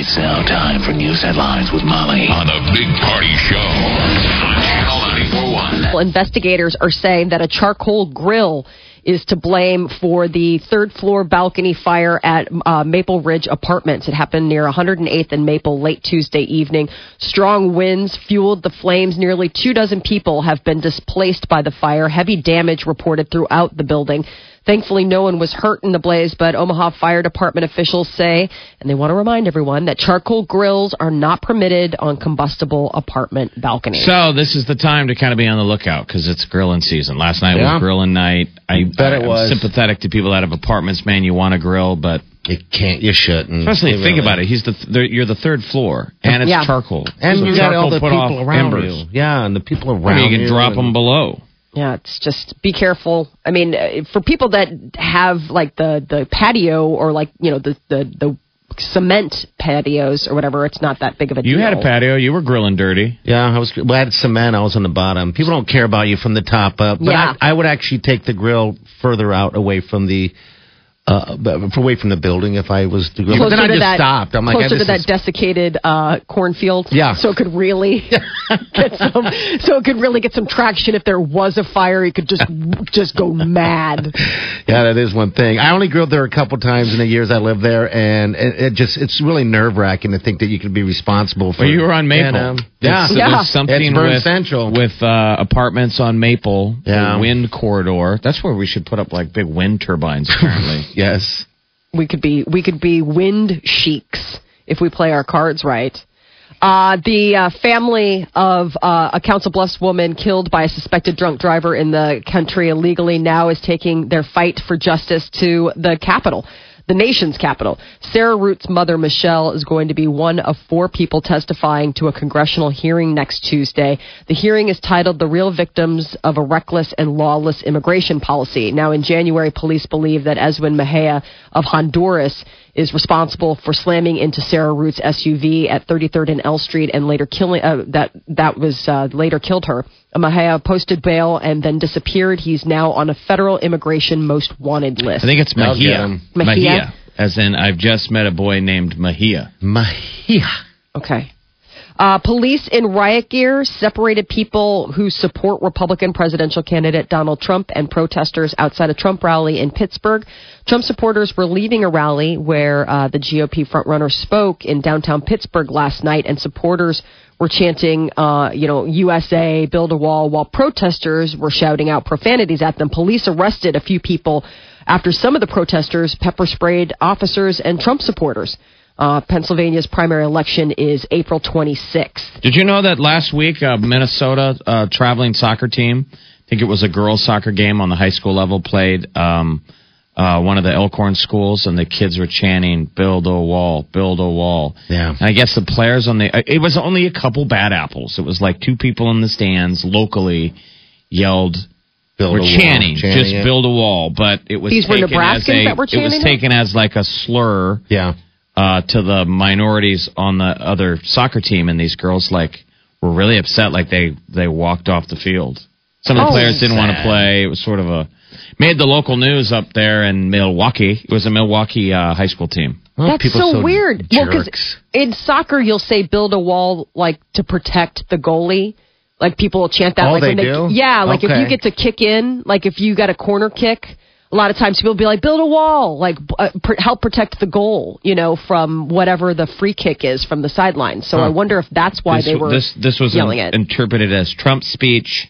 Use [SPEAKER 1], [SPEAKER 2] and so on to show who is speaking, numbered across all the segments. [SPEAKER 1] It's now time for news headlines with Molly on the Big Party Show on Channel 941.
[SPEAKER 2] Well, investigators are saying that a charcoal grill is to blame for the third floor balcony fire at uh, Maple Ridge Apartments. It happened near 108th and Maple late Tuesday evening. Strong winds fueled the flames. Nearly two dozen people have been displaced by the fire. Heavy damage reported throughout the building. Thankfully, no one was hurt in the blaze, but Omaha Fire Department officials say, and they want to remind everyone, that charcoal grills are not permitted on combustible apartment balconies.
[SPEAKER 3] So this is the time to kind of be on the lookout because it's grilling season. Last night
[SPEAKER 4] Yeah.
[SPEAKER 3] was grilling night. I
[SPEAKER 4] bet it
[SPEAKER 3] I'm
[SPEAKER 4] was.
[SPEAKER 3] sympathetic to people that have apartments, man. You want to grill, but
[SPEAKER 4] You can't. You shouldn't.
[SPEAKER 3] especially
[SPEAKER 4] You
[SPEAKER 3] think
[SPEAKER 4] really-
[SPEAKER 3] about it. He's the th- they're- you're the third floor, and it's
[SPEAKER 2] Yeah.
[SPEAKER 3] charcoal.
[SPEAKER 4] And
[SPEAKER 3] So
[SPEAKER 4] you got all
[SPEAKER 3] charcoal
[SPEAKER 4] the
[SPEAKER 3] put
[SPEAKER 4] people
[SPEAKER 3] off
[SPEAKER 4] around
[SPEAKER 3] embers.
[SPEAKER 4] you. Yeah, and the people
[SPEAKER 3] I
[SPEAKER 4] around
[SPEAKER 3] mean, you can drop
[SPEAKER 4] and-
[SPEAKER 3] them below.
[SPEAKER 2] Yeah, it's just be careful. I mean, uh, for people that have like the the patio or like you know the the, the cement patios or whatever, it's not that big of a deal.
[SPEAKER 3] You had a patio. You were grilling dirty.
[SPEAKER 4] Yeah, I was. Well, I had cement. I was on the bottom. People don't care about you from the top up. But
[SPEAKER 2] Yeah.
[SPEAKER 4] I, I would actually take the grill further out, away from the, uh, b- away from the building if I was the grill.
[SPEAKER 2] Closer
[SPEAKER 4] but then I
[SPEAKER 2] to
[SPEAKER 4] just
[SPEAKER 2] that,
[SPEAKER 4] stopped. I'm like,
[SPEAKER 2] closer
[SPEAKER 4] I
[SPEAKER 2] to
[SPEAKER 4] just,
[SPEAKER 2] that desiccated uh, cornfield.
[SPEAKER 4] Yeah.
[SPEAKER 2] So it could really get some. So it could really get some traction if there was a fire. It could just just go mad.
[SPEAKER 4] yeah, that is one thing. I only grilled there a couple times in the years I lived there, and it, it just it's really nerve wracking to think that you could be responsible for.
[SPEAKER 3] Well, you were on Maple.
[SPEAKER 4] And, um, yeah,
[SPEAKER 3] It's-
[SPEAKER 2] Yeah.
[SPEAKER 3] There's something
[SPEAKER 4] It's Burn
[SPEAKER 3] with,
[SPEAKER 4] Central.
[SPEAKER 3] with uh, apartments on Maple,
[SPEAKER 4] Yeah.
[SPEAKER 3] the wind corridor. That's where we should put up like big wind turbines, apparently.
[SPEAKER 4] yes.
[SPEAKER 2] We could be we could be wind sheiks if we play our cards right. Uh, the uh, family of uh, a Council Bluffs woman killed by a suspected drunk driver in the country illegally now is taking their fight for justice to the capital, the nation's capital. Sarah Root's mother, Michelle, is going to be one of four people testifying to a congressional hearing next Tuesday. The hearing is titled The Real Victims of a Reckless and Lawless Immigration Policy. Now, in January, police believe that Eswin Mejia of Honduras is responsible for slamming into Sarah Root's SUV at 33rd and L Street and later killing uh, that that was uh, later killed her. Mahia posted bail and then disappeared. He's now on a federal immigration most wanted list.
[SPEAKER 3] I think it's
[SPEAKER 4] I'll get
[SPEAKER 3] Mahia.
[SPEAKER 4] him.
[SPEAKER 2] Mejia?
[SPEAKER 3] As in, I've just met a boy named Mahia.
[SPEAKER 4] Mahia.
[SPEAKER 2] Okay. Uh, police in riot gear separated people who support Republican presidential candidate Donald Trump and protesters outside a Trump rally in Pittsburgh. Trump supporters were leaving a rally where uh, the GOP frontrunner spoke in downtown Pittsburgh last night, and supporters were chanting, uh, you know, USA, build a wall, while protesters were shouting out profanities at them. Police arrested a few people after some of the protesters pepper sprayed officers and Trump supporters. Uh, Pennsylvania's primary election is April 26th.
[SPEAKER 3] Did you know that last week, uh, Minnesota uh, traveling soccer team, I think it was a girls' soccer game on the high school level, played um, uh, one of the Elkhorn schools, and the kids were chanting, build a wall, build a wall.
[SPEAKER 4] Yeah.
[SPEAKER 3] And I guess the players on the, uh, it was only a couple bad apples. It was like two people in the stands locally yelled,
[SPEAKER 4] Build
[SPEAKER 3] were
[SPEAKER 4] a wall.
[SPEAKER 3] chanting,
[SPEAKER 4] Chanting
[SPEAKER 3] just
[SPEAKER 4] it.
[SPEAKER 3] build a wall, but it was
[SPEAKER 2] These were
[SPEAKER 3] taken as
[SPEAKER 2] Nebraskans
[SPEAKER 3] a,
[SPEAKER 2] that were
[SPEAKER 3] it was
[SPEAKER 2] chanting it?
[SPEAKER 3] taken as like a slur
[SPEAKER 4] Yeah.
[SPEAKER 3] uh, to the minorities on the other soccer team, and these girls like were really upset, like they they walked off the field. Some of the
[SPEAKER 2] Oh.
[SPEAKER 3] players didn't want to play. It was sort of a made the local news up there in Milwaukee. It was a Milwaukee uh, high school team.
[SPEAKER 4] Well,
[SPEAKER 2] That's
[SPEAKER 4] people
[SPEAKER 2] so, weird. Well, 'cause
[SPEAKER 4] jerks.
[SPEAKER 2] in soccer, you'll say build a wall like to protect the goalie. Like people will chant that.
[SPEAKER 4] Oh,
[SPEAKER 2] like
[SPEAKER 4] they
[SPEAKER 2] when
[SPEAKER 4] do?
[SPEAKER 2] Yeah, like if you
[SPEAKER 4] Okay.
[SPEAKER 2] get to kick in, like if you got a corner kick, a lot of times people will be like build a wall, like uh, pr- help protect the goal, you know, from whatever the free kick is from the sideline. So I wonder if that's why
[SPEAKER 3] this,
[SPEAKER 2] they were
[SPEAKER 3] this this was
[SPEAKER 2] yelling
[SPEAKER 3] in-
[SPEAKER 2] it.
[SPEAKER 3] interpreted as Trump's speech.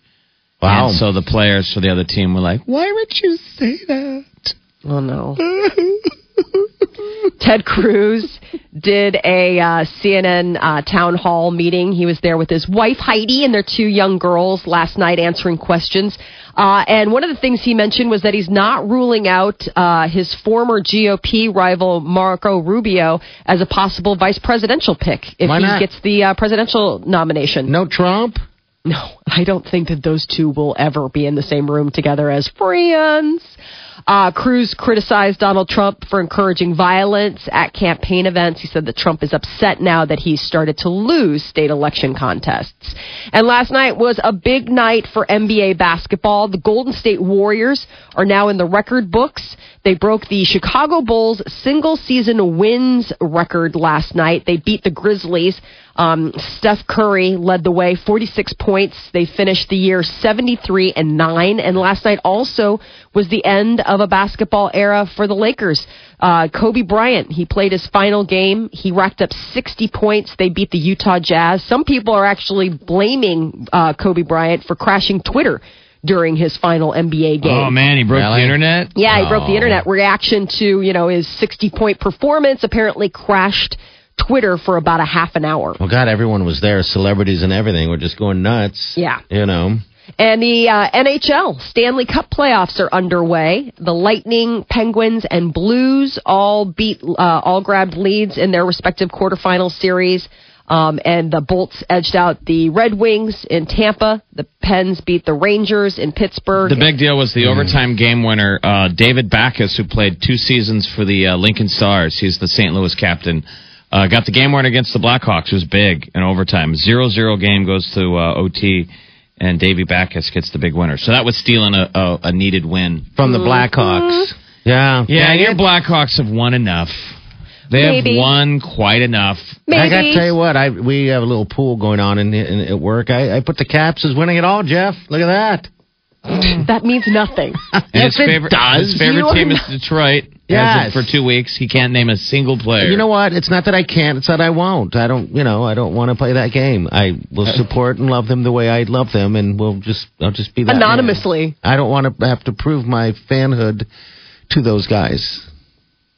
[SPEAKER 4] Wow.
[SPEAKER 3] And so the players for the other team were like, "Why would you say that?"
[SPEAKER 2] oh no. Ted Cruz did a uh, CNN uh, town hall meeting. He was there with his wife Heidi and their two young girls last night answering questions. Uh, and one of the things he mentioned was that he's not ruling out uh, his former GOP rival Marco Rubio as a possible vice presidential pick if
[SPEAKER 4] Why
[SPEAKER 2] he
[SPEAKER 4] not?
[SPEAKER 2] gets the uh, presidential nomination.
[SPEAKER 4] No Trump?
[SPEAKER 2] No, I don't think that those two will ever be in the same room together as friends. Uh, Cruz criticized Donald Trump for encouraging violence at campaign events. He said that Trump is upset now that he started to lose state election contests. And last night was a big night for NBA basketball. The Golden State Warriors are now in the record books. They broke the Chicago Bulls single season wins record last night. They beat the Grizzlies. Um, Steph Curry led the way, 46 points. They finished the year 73 and 9. And last night also was the end of a basketball era for the Lakers. Uh, Kobe Bryant, he played his final game. He racked up 60 points. They beat the Utah Jazz. Some people are actually blaming uh, Kobe Bryant for crashing Twitter during his final NBA game.
[SPEAKER 3] Oh man, Oh. he broke
[SPEAKER 4] Really?
[SPEAKER 3] the internet.
[SPEAKER 2] Yeah, he broke the internet. Reaction to you know his sixty point performance apparently crashed Twitter for about a half an hour.
[SPEAKER 4] Well, God, everyone was there. Celebrities and everything were just going nuts.
[SPEAKER 2] Yeah.
[SPEAKER 4] You know.
[SPEAKER 2] And the uh, NHL Stanley Cup playoffs are underway. The Lightning, Penguins, and Blues all beat, uh, all grabbed leads in their respective quarterfinal series. Um, and the Bolts edged out the Red Wings in Tampa. The Pens beat the Rangers in Pittsburgh.
[SPEAKER 3] The big deal was the
[SPEAKER 4] Mm-hmm.
[SPEAKER 3] overtime game winner, uh, David Backus, who played two seasons for the uh, Lincoln Stars. He's the St. Louis captain. Uh, got the game winner against the Blackhawks. It was big in overtime. Zero-zero game goes to uh, OT, and Davy Backus gets the big winner. So that was stealing a, a, a needed win.
[SPEAKER 4] From the Blackhawks. Yeah.
[SPEAKER 3] Yeah,
[SPEAKER 4] Dang
[SPEAKER 3] your
[SPEAKER 4] it.
[SPEAKER 3] Blackhawks have won enough. They
[SPEAKER 2] Maybe.
[SPEAKER 3] have won quite enough.
[SPEAKER 4] I gotta tell you what, I we have a little pool going on in, in at work. I, I put the Caps as winning it all, Jeff. Look at that.
[SPEAKER 2] that means nothing.
[SPEAKER 3] And
[SPEAKER 4] Yes,
[SPEAKER 3] his
[SPEAKER 4] it
[SPEAKER 3] favorite,
[SPEAKER 4] does.
[SPEAKER 3] His favorite
[SPEAKER 4] You
[SPEAKER 3] team
[SPEAKER 4] are
[SPEAKER 3] is Detroit.
[SPEAKER 4] Yes.
[SPEAKER 3] As of for two weeks, he can't name a single player.
[SPEAKER 4] You know what? It's not that I can't. It's that I won't. I don't. You know, I don't want to play that game. I will
[SPEAKER 3] Uh-huh.
[SPEAKER 4] support and love them the way I love them, and we'll just. I'll just be that man.
[SPEAKER 2] Anonymously.
[SPEAKER 4] I don't want to have to prove my fanhood to those guys.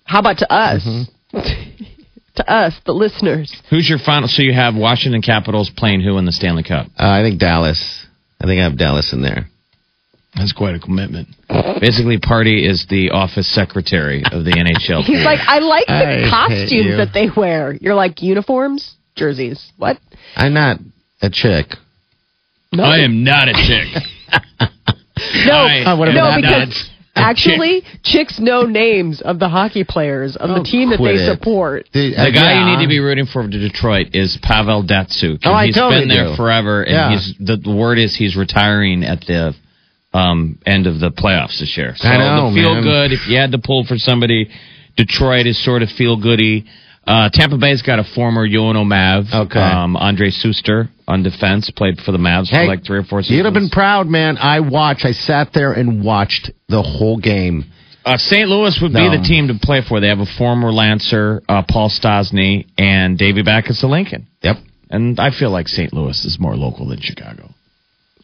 [SPEAKER 2] How about to us?
[SPEAKER 4] Mm-hmm.
[SPEAKER 2] to us, the listeners.
[SPEAKER 3] Who's your final? So you have Washington Capitals playing who in the Stanley Cup?
[SPEAKER 4] Uh, I think Dallas. I think I have Dallas in there.
[SPEAKER 3] That's quite a commitment. Basically, Party is the office secretary of the NHL.
[SPEAKER 2] He's
[SPEAKER 3] team.
[SPEAKER 2] like, I like the
[SPEAKER 4] I hate you.
[SPEAKER 2] costumes that they wear. You're like uniforms, jerseys. What?
[SPEAKER 4] I'm not a chick.
[SPEAKER 2] No,
[SPEAKER 3] I am not a chick.
[SPEAKER 2] no,
[SPEAKER 3] I Oh, what am
[SPEAKER 2] no,
[SPEAKER 3] I
[SPEAKER 2] because
[SPEAKER 3] not?
[SPEAKER 2] actually, chicks know names of the hockey players of the
[SPEAKER 4] Oh,
[SPEAKER 2] team that
[SPEAKER 4] quit
[SPEAKER 2] they
[SPEAKER 4] it.
[SPEAKER 2] support.
[SPEAKER 4] The, uh,
[SPEAKER 3] The guy you need to be rooting for to Detroit is Pavel Datsuk.
[SPEAKER 4] Oh, I
[SPEAKER 3] He's
[SPEAKER 4] totally
[SPEAKER 3] been there
[SPEAKER 4] do.
[SPEAKER 3] forever, and
[SPEAKER 4] Yeah.
[SPEAKER 3] he's the, the word is he's retiring at the um, end of the playoffs this year. So
[SPEAKER 4] I know,
[SPEAKER 3] the feel
[SPEAKER 4] man.
[SPEAKER 3] good. If you had to pull for somebody, Detroit is sort of feel goody. Uh, Tampa Bay's got a former UNO Mav,
[SPEAKER 4] Okay.
[SPEAKER 3] um, Andre Suster on defense, played for the Mavs
[SPEAKER 4] Hey,
[SPEAKER 3] for like three or four seasons.
[SPEAKER 4] You'd have been proud, man. I watched. I sat there and watched the whole game.
[SPEAKER 3] Uh, St. Louis would be
[SPEAKER 4] No.
[SPEAKER 3] the team to play for. They have a former Lancer, uh, Paul Stosny, and Davey Backus of Lincoln.
[SPEAKER 4] Yep.
[SPEAKER 3] And I feel like St. Louis is more local than Chicago.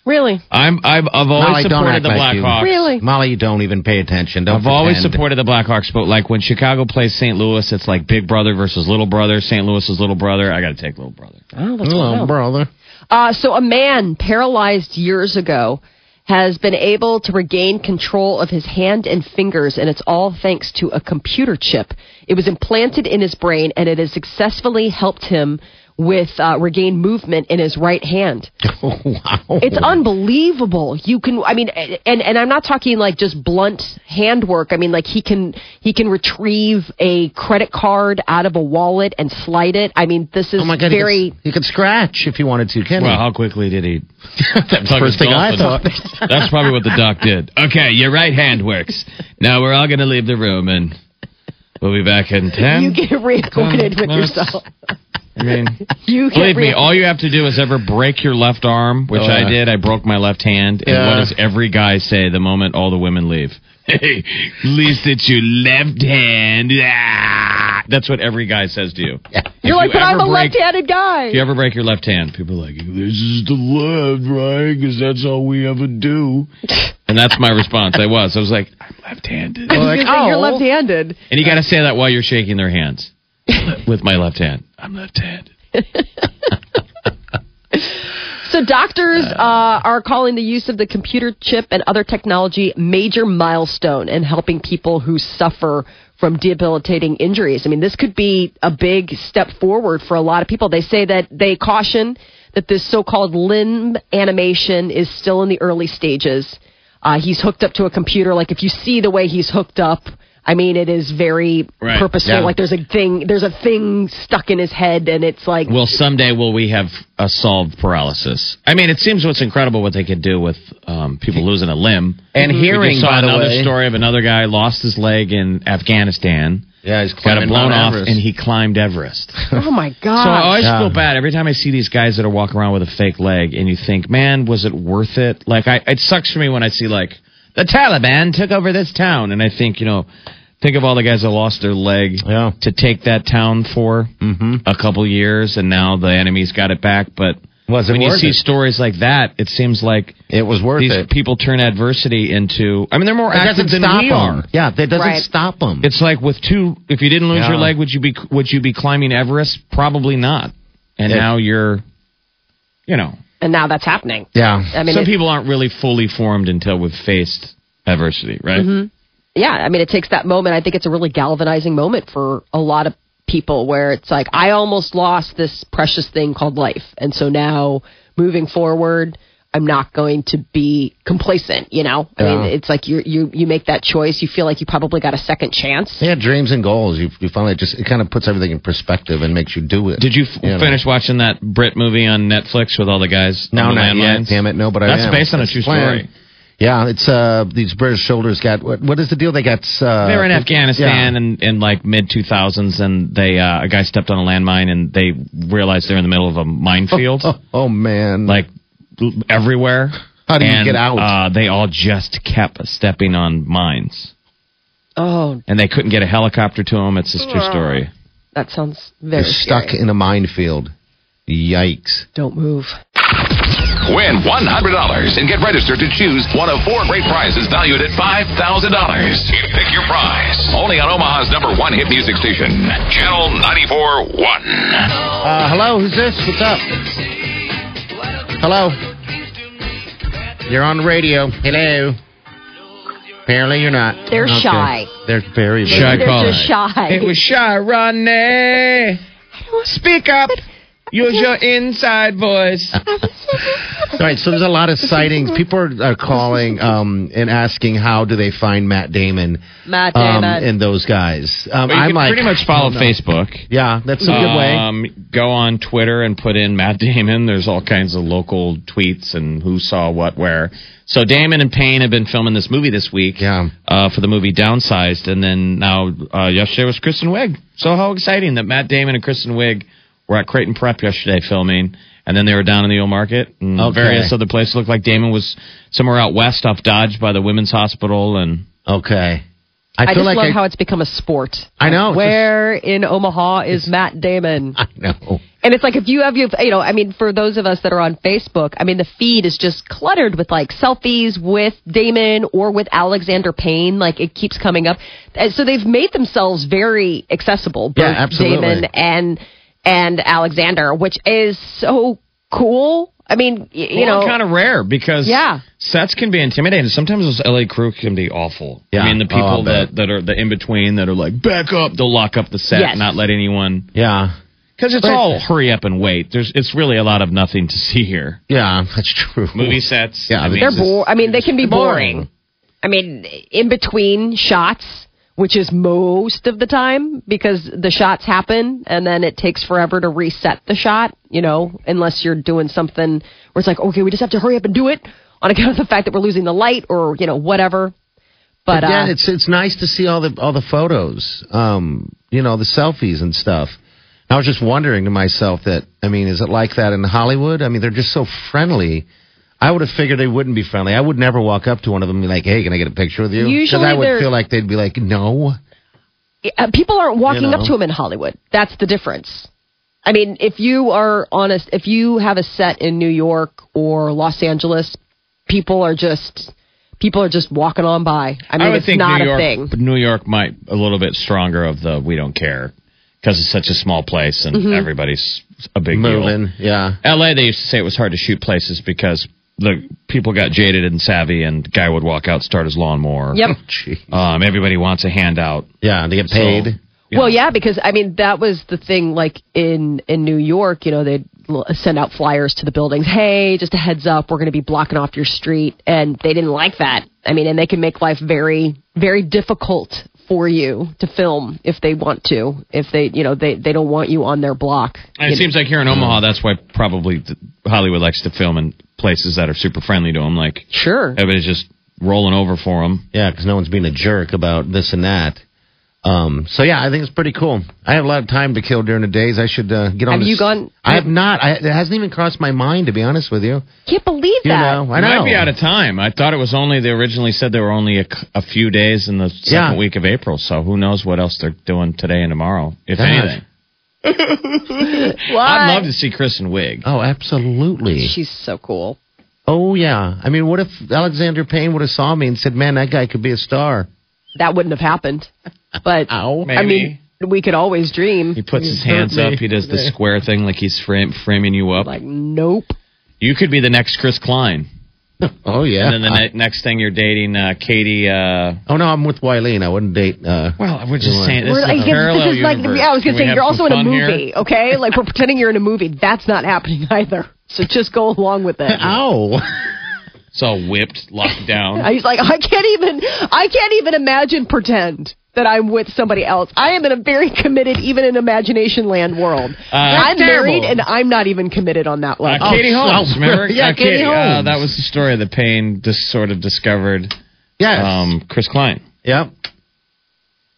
[SPEAKER 2] Really?
[SPEAKER 3] I'm I've, I've always
[SPEAKER 4] Molly, don't
[SPEAKER 3] supported
[SPEAKER 4] act
[SPEAKER 3] the
[SPEAKER 4] like you.
[SPEAKER 3] Blackhawks.
[SPEAKER 2] Really?
[SPEAKER 4] Molly, you don't even pay attention. Don't
[SPEAKER 3] I've always
[SPEAKER 4] pretend.
[SPEAKER 3] supported the Blackhawks, but like when Chicago plays St. Louis, it's like Big Brother versus Little Brother. St. Louis is Little Brother. I got to take Little Brother.
[SPEAKER 2] Oh, that's
[SPEAKER 4] Hello,
[SPEAKER 2] wild.
[SPEAKER 4] brother.
[SPEAKER 2] Uh, so a man paralyzed years ago has been able to regain control of his hand and fingers, and it's all thanks to a computer chip. It was implanted in his brain, and it has successfully helped him with uh, regain movement in his right hand.
[SPEAKER 4] Oh, wow.
[SPEAKER 2] It's unbelievable. You can, I mean, and and I'm not talking like just blunt handwork. I mean, like he can he can retrieve a credit card out of a wallet and slide it. I mean, this is
[SPEAKER 4] Oh my God,
[SPEAKER 2] very.
[SPEAKER 4] you, could, you could scratch if you wanted to, can
[SPEAKER 3] Well,
[SPEAKER 4] you?
[SPEAKER 3] how quickly did he?
[SPEAKER 4] That's the first thing I thought.
[SPEAKER 3] That's probably what the doc did. Okay, your right hand works. Now we're all going to leave the room, and we'll be back in ten.
[SPEAKER 2] You get reacquainted with
[SPEAKER 3] Well, it's-
[SPEAKER 2] yourself.
[SPEAKER 3] I mean.
[SPEAKER 2] You get
[SPEAKER 3] Believe me,
[SPEAKER 2] reacquainted.
[SPEAKER 3] all you have to do is ever break your left arm, which
[SPEAKER 4] Oh,
[SPEAKER 3] I
[SPEAKER 4] yeah.
[SPEAKER 3] did. I broke my left hand. And
[SPEAKER 4] Yeah.
[SPEAKER 3] what does every guy say the moment all the women leave? Hey, at least it's your left hand. Ah. That's what every guy says to you.
[SPEAKER 2] You're
[SPEAKER 3] If
[SPEAKER 2] like,
[SPEAKER 3] you
[SPEAKER 2] but I'm
[SPEAKER 3] ever
[SPEAKER 2] a
[SPEAKER 3] break-
[SPEAKER 2] left-handed guy.
[SPEAKER 3] If you ever break your left hand, people are like, this is the left, right? Because that's all we ever do. And that's my response. I was. I was like, I'm left-handed.
[SPEAKER 2] I was
[SPEAKER 3] Like,
[SPEAKER 2] gonna say, You're
[SPEAKER 3] "Oh."
[SPEAKER 2] left-handed.
[SPEAKER 3] And you got to say that while you're shaking their hands with my left hand. I'm left-handed.
[SPEAKER 2] So doctors uh, are calling the use of the computer chip and other technology major milestone in helping people who suffer from debilitating injuries. I mean, this could be a big step forward for a lot of people. They say that they caution that this so-called limb animation is still in the early stages. Uh, he's hooked up to a computer. Like if you see the way he's hooked up, I mean, it is very
[SPEAKER 3] Right,
[SPEAKER 2] purposeful.
[SPEAKER 3] yeah.
[SPEAKER 2] Like there's a thing, there's a thing stuck in his head, and it's like
[SPEAKER 3] Well, someday will we have uh, solved paralysis? I mean, it seems what's incredible what they could do with um, people losing a limb.
[SPEAKER 4] And
[SPEAKER 3] we
[SPEAKER 4] hearing,
[SPEAKER 3] just saw
[SPEAKER 4] by the
[SPEAKER 3] another
[SPEAKER 4] way.
[SPEAKER 3] story of another guy lost his leg in Afghanistan.
[SPEAKER 4] Yeah, he's
[SPEAKER 3] Got it
[SPEAKER 4] climbing
[SPEAKER 3] blown
[SPEAKER 4] Mount
[SPEAKER 3] off,
[SPEAKER 4] Everest.
[SPEAKER 3] and he climbed Everest.
[SPEAKER 2] oh my god.
[SPEAKER 3] So I always
[SPEAKER 4] Yeah.
[SPEAKER 3] feel bad every time I see these guys that are walking around with a fake leg, and you think, man, was it worth it? Like, I, it sucks for me when I see like the Taliban took over this town, and I think, you know, think of all the guys that lost their leg
[SPEAKER 4] Yeah.
[SPEAKER 3] to take that town for a couple years, and now the enemy's got it back. But
[SPEAKER 4] Was it
[SPEAKER 3] when you
[SPEAKER 4] worth
[SPEAKER 3] see
[SPEAKER 4] it?
[SPEAKER 3] stories like that, it seems like
[SPEAKER 4] It was worth
[SPEAKER 3] these
[SPEAKER 4] it.
[SPEAKER 3] people turn adversity into. I mean, they're more
[SPEAKER 4] It
[SPEAKER 3] active
[SPEAKER 4] doesn't
[SPEAKER 3] than
[SPEAKER 4] stop
[SPEAKER 3] we
[SPEAKER 4] them.
[SPEAKER 3] are.
[SPEAKER 4] Yeah, that doesn't
[SPEAKER 2] Right.
[SPEAKER 4] stop them.
[SPEAKER 3] It's like with two. If you didn't lose
[SPEAKER 4] Yeah.
[SPEAKER 3] your leg, would you be would you be climbing Everest? Probably not. And
[SPEAKER 4] Yeah.
[SPEAKER 3] now you're, you know,
[SPEAKER 2] and now that's happening.
[SPEAKER 4] yeah.
[SPEAKER 2] I mean,
[SPEAKER 3] some
[SPEAKER 2] it-
[SPEAKER 3] people aren't really fully formed until we've faced adversity, right?
[SPEAKER 4] Mm-hmm.
[SPEAKER 2] yeah, I mean, it takes that moment. I think it's a really galvanizing moment for a lot of people where it's like, I almost lost this precious thing called life. And so now moving forward, I'm not going to be complacent, you know? I mean, it's like you you you make that choice. You feel like you probably got a second chance.
[SPEAKER 4] yeah, dreams and goals. You, you finally just, it kind of puts everything in perspective and makes you do it.
[SPEAKER 3] Did you f-
[SPEAKER 4] know.
[SPEAKER 3] finish watching that Brit movie on Netflix with all the guys?
[SPEAKER 4] No,
[SPEAKER 3] on the
[SPEAKER 4] not yet.
[SPEAKER 3] landmines?
[SPEAKER 4] Damn it, no, but I
[SPEAKER 3] that's
[SPEAKER 4] am.
[SPEAKER 3] based on
[SPEAKER 4] That's
[SPEAKER 3] a true
[SPEAKER 4] the plan.
[SPEAKER 3] story.
[SPEAKER 4] Yeah, it's uh these British soldiers got what, what is the deal? They got uh,
[SPEAKER 3] They were in
[SPEAKER 4] yeah.
[SPEAKER 3] Afghanistan and in like mid 2000s, and they uh, a guy stepped on a landmine, and they realized they're in the middle of a minefield.
[SPEAKER 4] Oh, oh, man,
[SPEAKER 3] like l- everywhere.
[SPEAKER 4] How do you
[SPEAKER 3] And,
[SPEAKER 4] get out?
[SPEAKER 3] Uh, they all just kept stepping on mines,
[SPEAKER 2] Oh,
[SPEAKER 3] and they couldn't get a helicopter to them. It's a true story.
[SPEAKER 2] that sounds very
[SPEAKER 4] you're stuck
[SPEAKER 2] scary.
[SPEAKER 4] in a minefield. Yikes!
[SPEAKER 2] Don't move.
[SPEAKER 1] Win $100 and get registered to choose one of four great prizes valued at $5,000. You Pick your prize. Only on Omaha's number one hit music station, Channel 94.1.
[SPEAKER 4] Uh, hello, who's this? What's up? Hello. You're on radio. Hello. Apparently, you're not.
[SPEAKER 2] They're shy.
[SPEAKER 4] They're very, very
[SPEAKER 3] Shy
[SPEAKER 2] They're
[SPEAKER 3] caller.
[SPEAKER 2] just shy.
[SPEAKER 3] shy, Ronnie. Speak up. Use your inside voice.
[SPEAKER 4] All right, so there's a lot of sightings. People are, are calling um, and asking how do they find Matt Damon,
[SPEAKER 2] Matt
[SPEAKER 4] um,
[SPEAKER 2] Damon.
[SPEAKER 4] and those guys. Um,
[SPEAKER 3] you
[SPEAKER 4] I'm
[SPEAKER 3] can
[SPEAKER 4] like,
[SPEAKER 3] pretty much follow
[SPEAKER 4] I don't know.
[SPEAKER 3] Facebook.
[SPEAKER 4] Yeah, that's a good way.
[SPEAKER 3] Um, go on Twitter and put in Matt Damon. There's all kinds of local tweets and who saw what where. So Damon and Payne have been filming this movie this week
[SPEAKER 4] Yeah.
[SPEAKER 3] uh, for the movie Downsized, and then now uh, yesterday was Kristen Wiig. So how exciting that Matt Damon and Kristen Wiig were at Creighton Prep yesterday filming, and then they were down in the old market and
[SPEAKER 4] Okay.
[SPEAKER 3] various other places. Looked like Damon was somewhere out west off Dodge by the Women's Hospital, and
[SPEAKER 4] Okay. I,
[SPEAKER 2] I
[SPEAKER 4] feel
[SPEAKER 2] just
[SPEAKER 4] like
[SPEAKER 2] love
[SPEAKER 4] I,
[SPEAKER 2] how it's become a sport.
[SPEAKER 4] I know. it's
[SPEAKER 2] Where in Omaha is Matt Damon?
[SPEAKER 4] just- I know.
[SPEAKER 2] And it's like if you have you you know, I mean, for those of us that are on Facebook, I mean, the feed is just cluttered with like selfies with Damon or with Alexander Payne. Like it keeps coming up. And so they've made themselves very accessible, both
[SPEAKER 4] Yeah, absolutely.
[SPEAKER 2] Damon and and Alexander, which is so cool. I mean, y- you know,
[SPEAKER 3] kind of rare because
[SPEAKER 2] Yeah.
[SPEAKER 3] sets can be intimidating. Sometimes those LA crew can be awful.
[SPEAKER 4] Yeah.
[SPEAKER 3] I mean, the
[SPEAKER 4] Oh, I'll
[SPEAKER 3] people
[SPEAKER 4] bet.
[SPEAKER 3] that, that are the in between that are like, back up, they'll lock up the set,
[SPEAKER 2] Yes.
[SPEAKER 3] not let anyone.
[SPEAKER 4] Yeah.
[SPEAKER 3] Because it's
[SPEAKER 4] But-
[SPEAKER 3] all hurry up and wait. There's It's really a lot of nothing to see here.
[SPEAKER 4] Yeah, that's true.
[SPEAKER 3] Movie sets.
[SPEAKER 4] Yeah,
[SPEAKER 3] I mean,
[SPEAKER 2] they're
[SPEAKER 4] it's just-
[SPEAKER 2] boring. I mean, they can be
[SPEAKER 4] boring.
[SPEAKER 2] boring. I mean, in between shots, which is most of the time because the shots happen and then it takes forever to reset the shot, you know, unless you're doing something where it's like, okay, we just have to hurry up and do it on account of the fact that we're losing the light or, you know, whatever. But,
[SPEAKER 4] yeah,
[SPEAKER 2] uh,
[SPEAKER 4] it's it's nice to see all the all the photos, um, you know, the selfies and stuff. I was just wondering to myself that I mean, is it like that in Hollywood? I mean, they're just so friendly. I would have figured they wouldn't be friendly. I would never walk up to one of them and be like, "Hey, can I get a picture with you?"
[SPEAKER 2] Usually
[SPEAKER 4] I would
[SPEAKER 2] they're-
[SPEAKER 4] feel like they'd be like, "No."
[SPEAKER 2] uh, people aren't walking
[SPEAKER 4] You know.
[SPEAKER 2] up to him in Hollywood. That's the difference. I mean, if you are honest, if you have a set in New York or Los Angeles, people are just People are just walking on by. I mean,
[SPEAKER 3] I would
[SPEAKER 2] it's
[SPEAKER 3] think
[SPEAKER 2] not
[SPEAKER 3] New York,
[SPEAKER 2] a thing.
[SPEAKER 3] New York might a little bit stronger of the we don't care because it's such a small place and
[SPEAKER 2] Mm-hmm.
[SPEAKER 3] everybody's a big
[SPEAKER 4] Moving, yeah.
[SPEAKER 3] deal. LA, they used to say it was hard to shoot places because the people got jaded and savvy, and guy would walk out, start his lawnmower.
[SPEAKER 2] Yep.
[SPEAKER 4] Gee.
[SPEAKER 3] Um, everybody wants a handout.
[SPEAKER 4] Yeah, to get paid.
[SPEAKER 3] So-
[SPEAKER 2] Well, yeah, because I mean that was the thing. Like in in New York, you know, they'd l- send out flyers to the buildings. Hey, just a heads up, we're going to be blocking off your street, and they didn't like that. I mean, and they can make life very very difficult for you to film if they want to. If they, you know, they they don't want you on their block.
[SPEAKER 3] And it seems like here in Omaha, that's why probably th- Hollywood likes to film in places that are super friendly to them. Like
[SPEAKER 2] Sure.
[SPEAKER 3] everybody's just rolling over for them.
[SPEAKER 4] Yeah, because no one's being a jerk about this and that. Um, so yeah, I think it's pretty cool. I have a lot of time to kill during the days. I should uh, get on.
[SPEAKER 2] Have
[SPEAKER 4] this-
[SPEAKER 2] you gone-
[SPEAKER 4] I have not. I, it hasn't even crossed my mind to be honest with you.
[SPEAKER 2] Can't believe
[SPEAKER 4] You
[SPEAKER 2] that.
[SPEAKER 4] know, I know.
[SPEAKER 3] Might be out of time. I thought it was only they originally said there were only a, c- a few days in the second
[SPEAKER 4] Yeah.
[SPEAKER 3] week of April. So who knows what else they're doing today and tomorrow, if
[SPEAKER 4] God.
[SPEAKER 3] anything.
[SPEAKER 2] What?
[SPEAKER 3] I'd love to see Kristen Wiig.
[SPEAKER 4] oh, absolutely.
[SPEAKER 2] She's so cool.
[SPEAKER 4] Oh yeah. I mean, what if Alexander Payne would have saw me and said, "Man, that guy could be a star."
[SPEAKER 2] That wouldn't have happened, but
[SPEAKER 4] Ow.
[SPEAKER 2] I mean, we could always dream.
[SPEAKER 3] he puts his hands
[SPEAKER 4] hurt
[SPEAKER 3] up.
[SPEAKER 4] me
[SPEAKER 3] He does the square thing, like he's frame, framing you up.
[SPEAKER 2] Like, nope.
[SPEAKER 3] you could be the next Chris Klein.
[SPEAKER 4] Oh yeah.
[SPEAKER 3] And then the ne- next thing you're dating uh, Katie. Uh,
[SPEAKER 4] oh no, I'm with Wileen. I wouldn't date. Uh,
[SPEAKER 3] Well, we're just
[SPEAKER 4] Sure.
[SPEAKER 3] saying this
[SPEAKER 2] We're
[SPEAKER 3] is
[SPEAKER 2] like-
[SPEAKER 3] a parallel
[SPEAKER 2] this is like,
[SPEAKER 3] universe.
[SPEAKER 2] yeah, I was
[SPEAKER 3] Can
[SPEAKER 2] gonna
[SPEAKER 3] we
[SPEAKER 2] say
[SPEAKER 3] have
[SPEAKER 2] you're also
[SPEAKER 3] some
[SPEAKER 2] in a
[SPEAKER 3] fun here?
[SPEAKER 2] movie, okay? Like we're pretending you're in a movie. That's not happening either. So just go along with it.
[SPEAKER 3] Uh-uh.
[SPEAKER 4] ow.
[SPEAKER 3] It's all whipped, locked down.
[SPEAKER 2] I was like, I can't even, I can't even imagine pretend that I'm with somebody else. I am in a very committed, even in imagination land world. I'm
[SPEAKER 3] Uh, terrible.
[SPEAKER 2] married and I'm not even committed on that
[SPEAKER 3] Uh,
[SPEAKER 2] level.
[SPEAKER 3] Katie
[SPEAKER 4] Oh,
[SPEAKER 3] Holmes,
[SPEAKER 4] so-
[SPEAKER 3] remember?
[SPEAKER 4] Yeah,
[SPEAKER 3] Uh,
[SPEAKER 4] Katie
[SPEAKER 3] Uh,
[SPEAKER 4] Holmes.
[SPEAKER 3] that was the story of the pain. Just sort of discovered
[SPEAKER 4] yes.
[SPEAKER 3] um, Chris Klein.
[SPEAKER 4] Yep.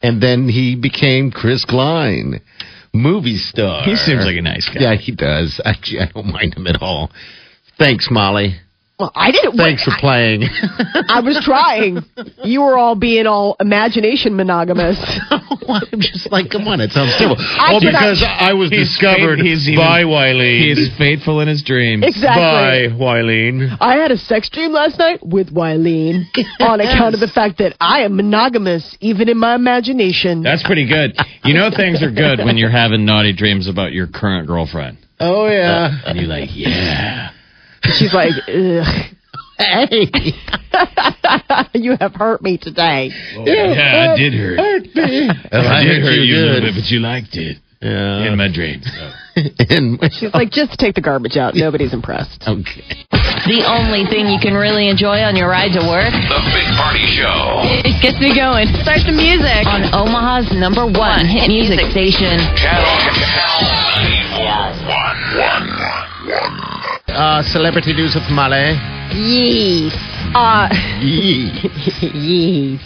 [SPEAKER 4] And then he became Chris Klein, movie star.
[SPEAKER 3] He seems like a nice guy.
[SPEAKER 4] Yeah, he does. I, I don't mind him at all. Thanks, Molly.
[SPEAKER 2] Well, I didn't.
[SPEAKER 4] Thanks for playing.
[SPEAKER 2] I was trying. You were all being all imagination monogamous.
[SPEAKER 4] I'm just like, come on, it sounds terrible.
[SPEAKER 2] I
[SPEAKER 4] well,
[SPEAKER 2] did not-
[SPEAKER 4] because I was
[SPEAKER 3] He's
[SPEAKER 4] discovered
[SPEAKER 3] fa- he's even-
[SPEAKER 4] by Wileen.
[SPEAKER 3] He's faithful in his dreams.
[SPEAKER 2] exactly.
[SPEAKER 4] By Wileen.
[SPEAKER 2] I had a sex dream last night with Wileen on account of the fact that I am monogamous even in my imagination.
[SPEAKER 3] That's pretty good. You know things are good when you're having naughty dreams about your current girlfriend.
[SPEAKER 4] Oh, yeah.
[SPEAKER 3] Uh, And you're like, yeah.
[SPEAKER 2] She's like, Ugh,
[SPEAKER 4] hey.
[SPEAKER 2] you have hurt me today.
[SPEAKER 3] yeah, I did hurt. I did hurt you a little bit,
[SPEAKER 4] good.
[SPEAKER 3] but you liked it Oh.
[SPEAKER 4] Yeah.
[SPEAKER 3] in my dreams.
[SPEAKER 4] And-
[SPEAKER 2] She's like, just take the garbage out. Nobody's impressed.
[SPEAKER 4] okay.
[SPEAKER 5] The only thing you can really enjoy on your ride to work.
[SPEAKER 1] The Big Party Show.
[SPEAKER 5] It gets me going. Start the music on Omaha's number one hit music station.
[SPEAKER 1] Channel, channel 941.
[SPEAKER 4] Uh, celebrity news of Malay.
[SPEAKER 2] Yees. Uh, yees.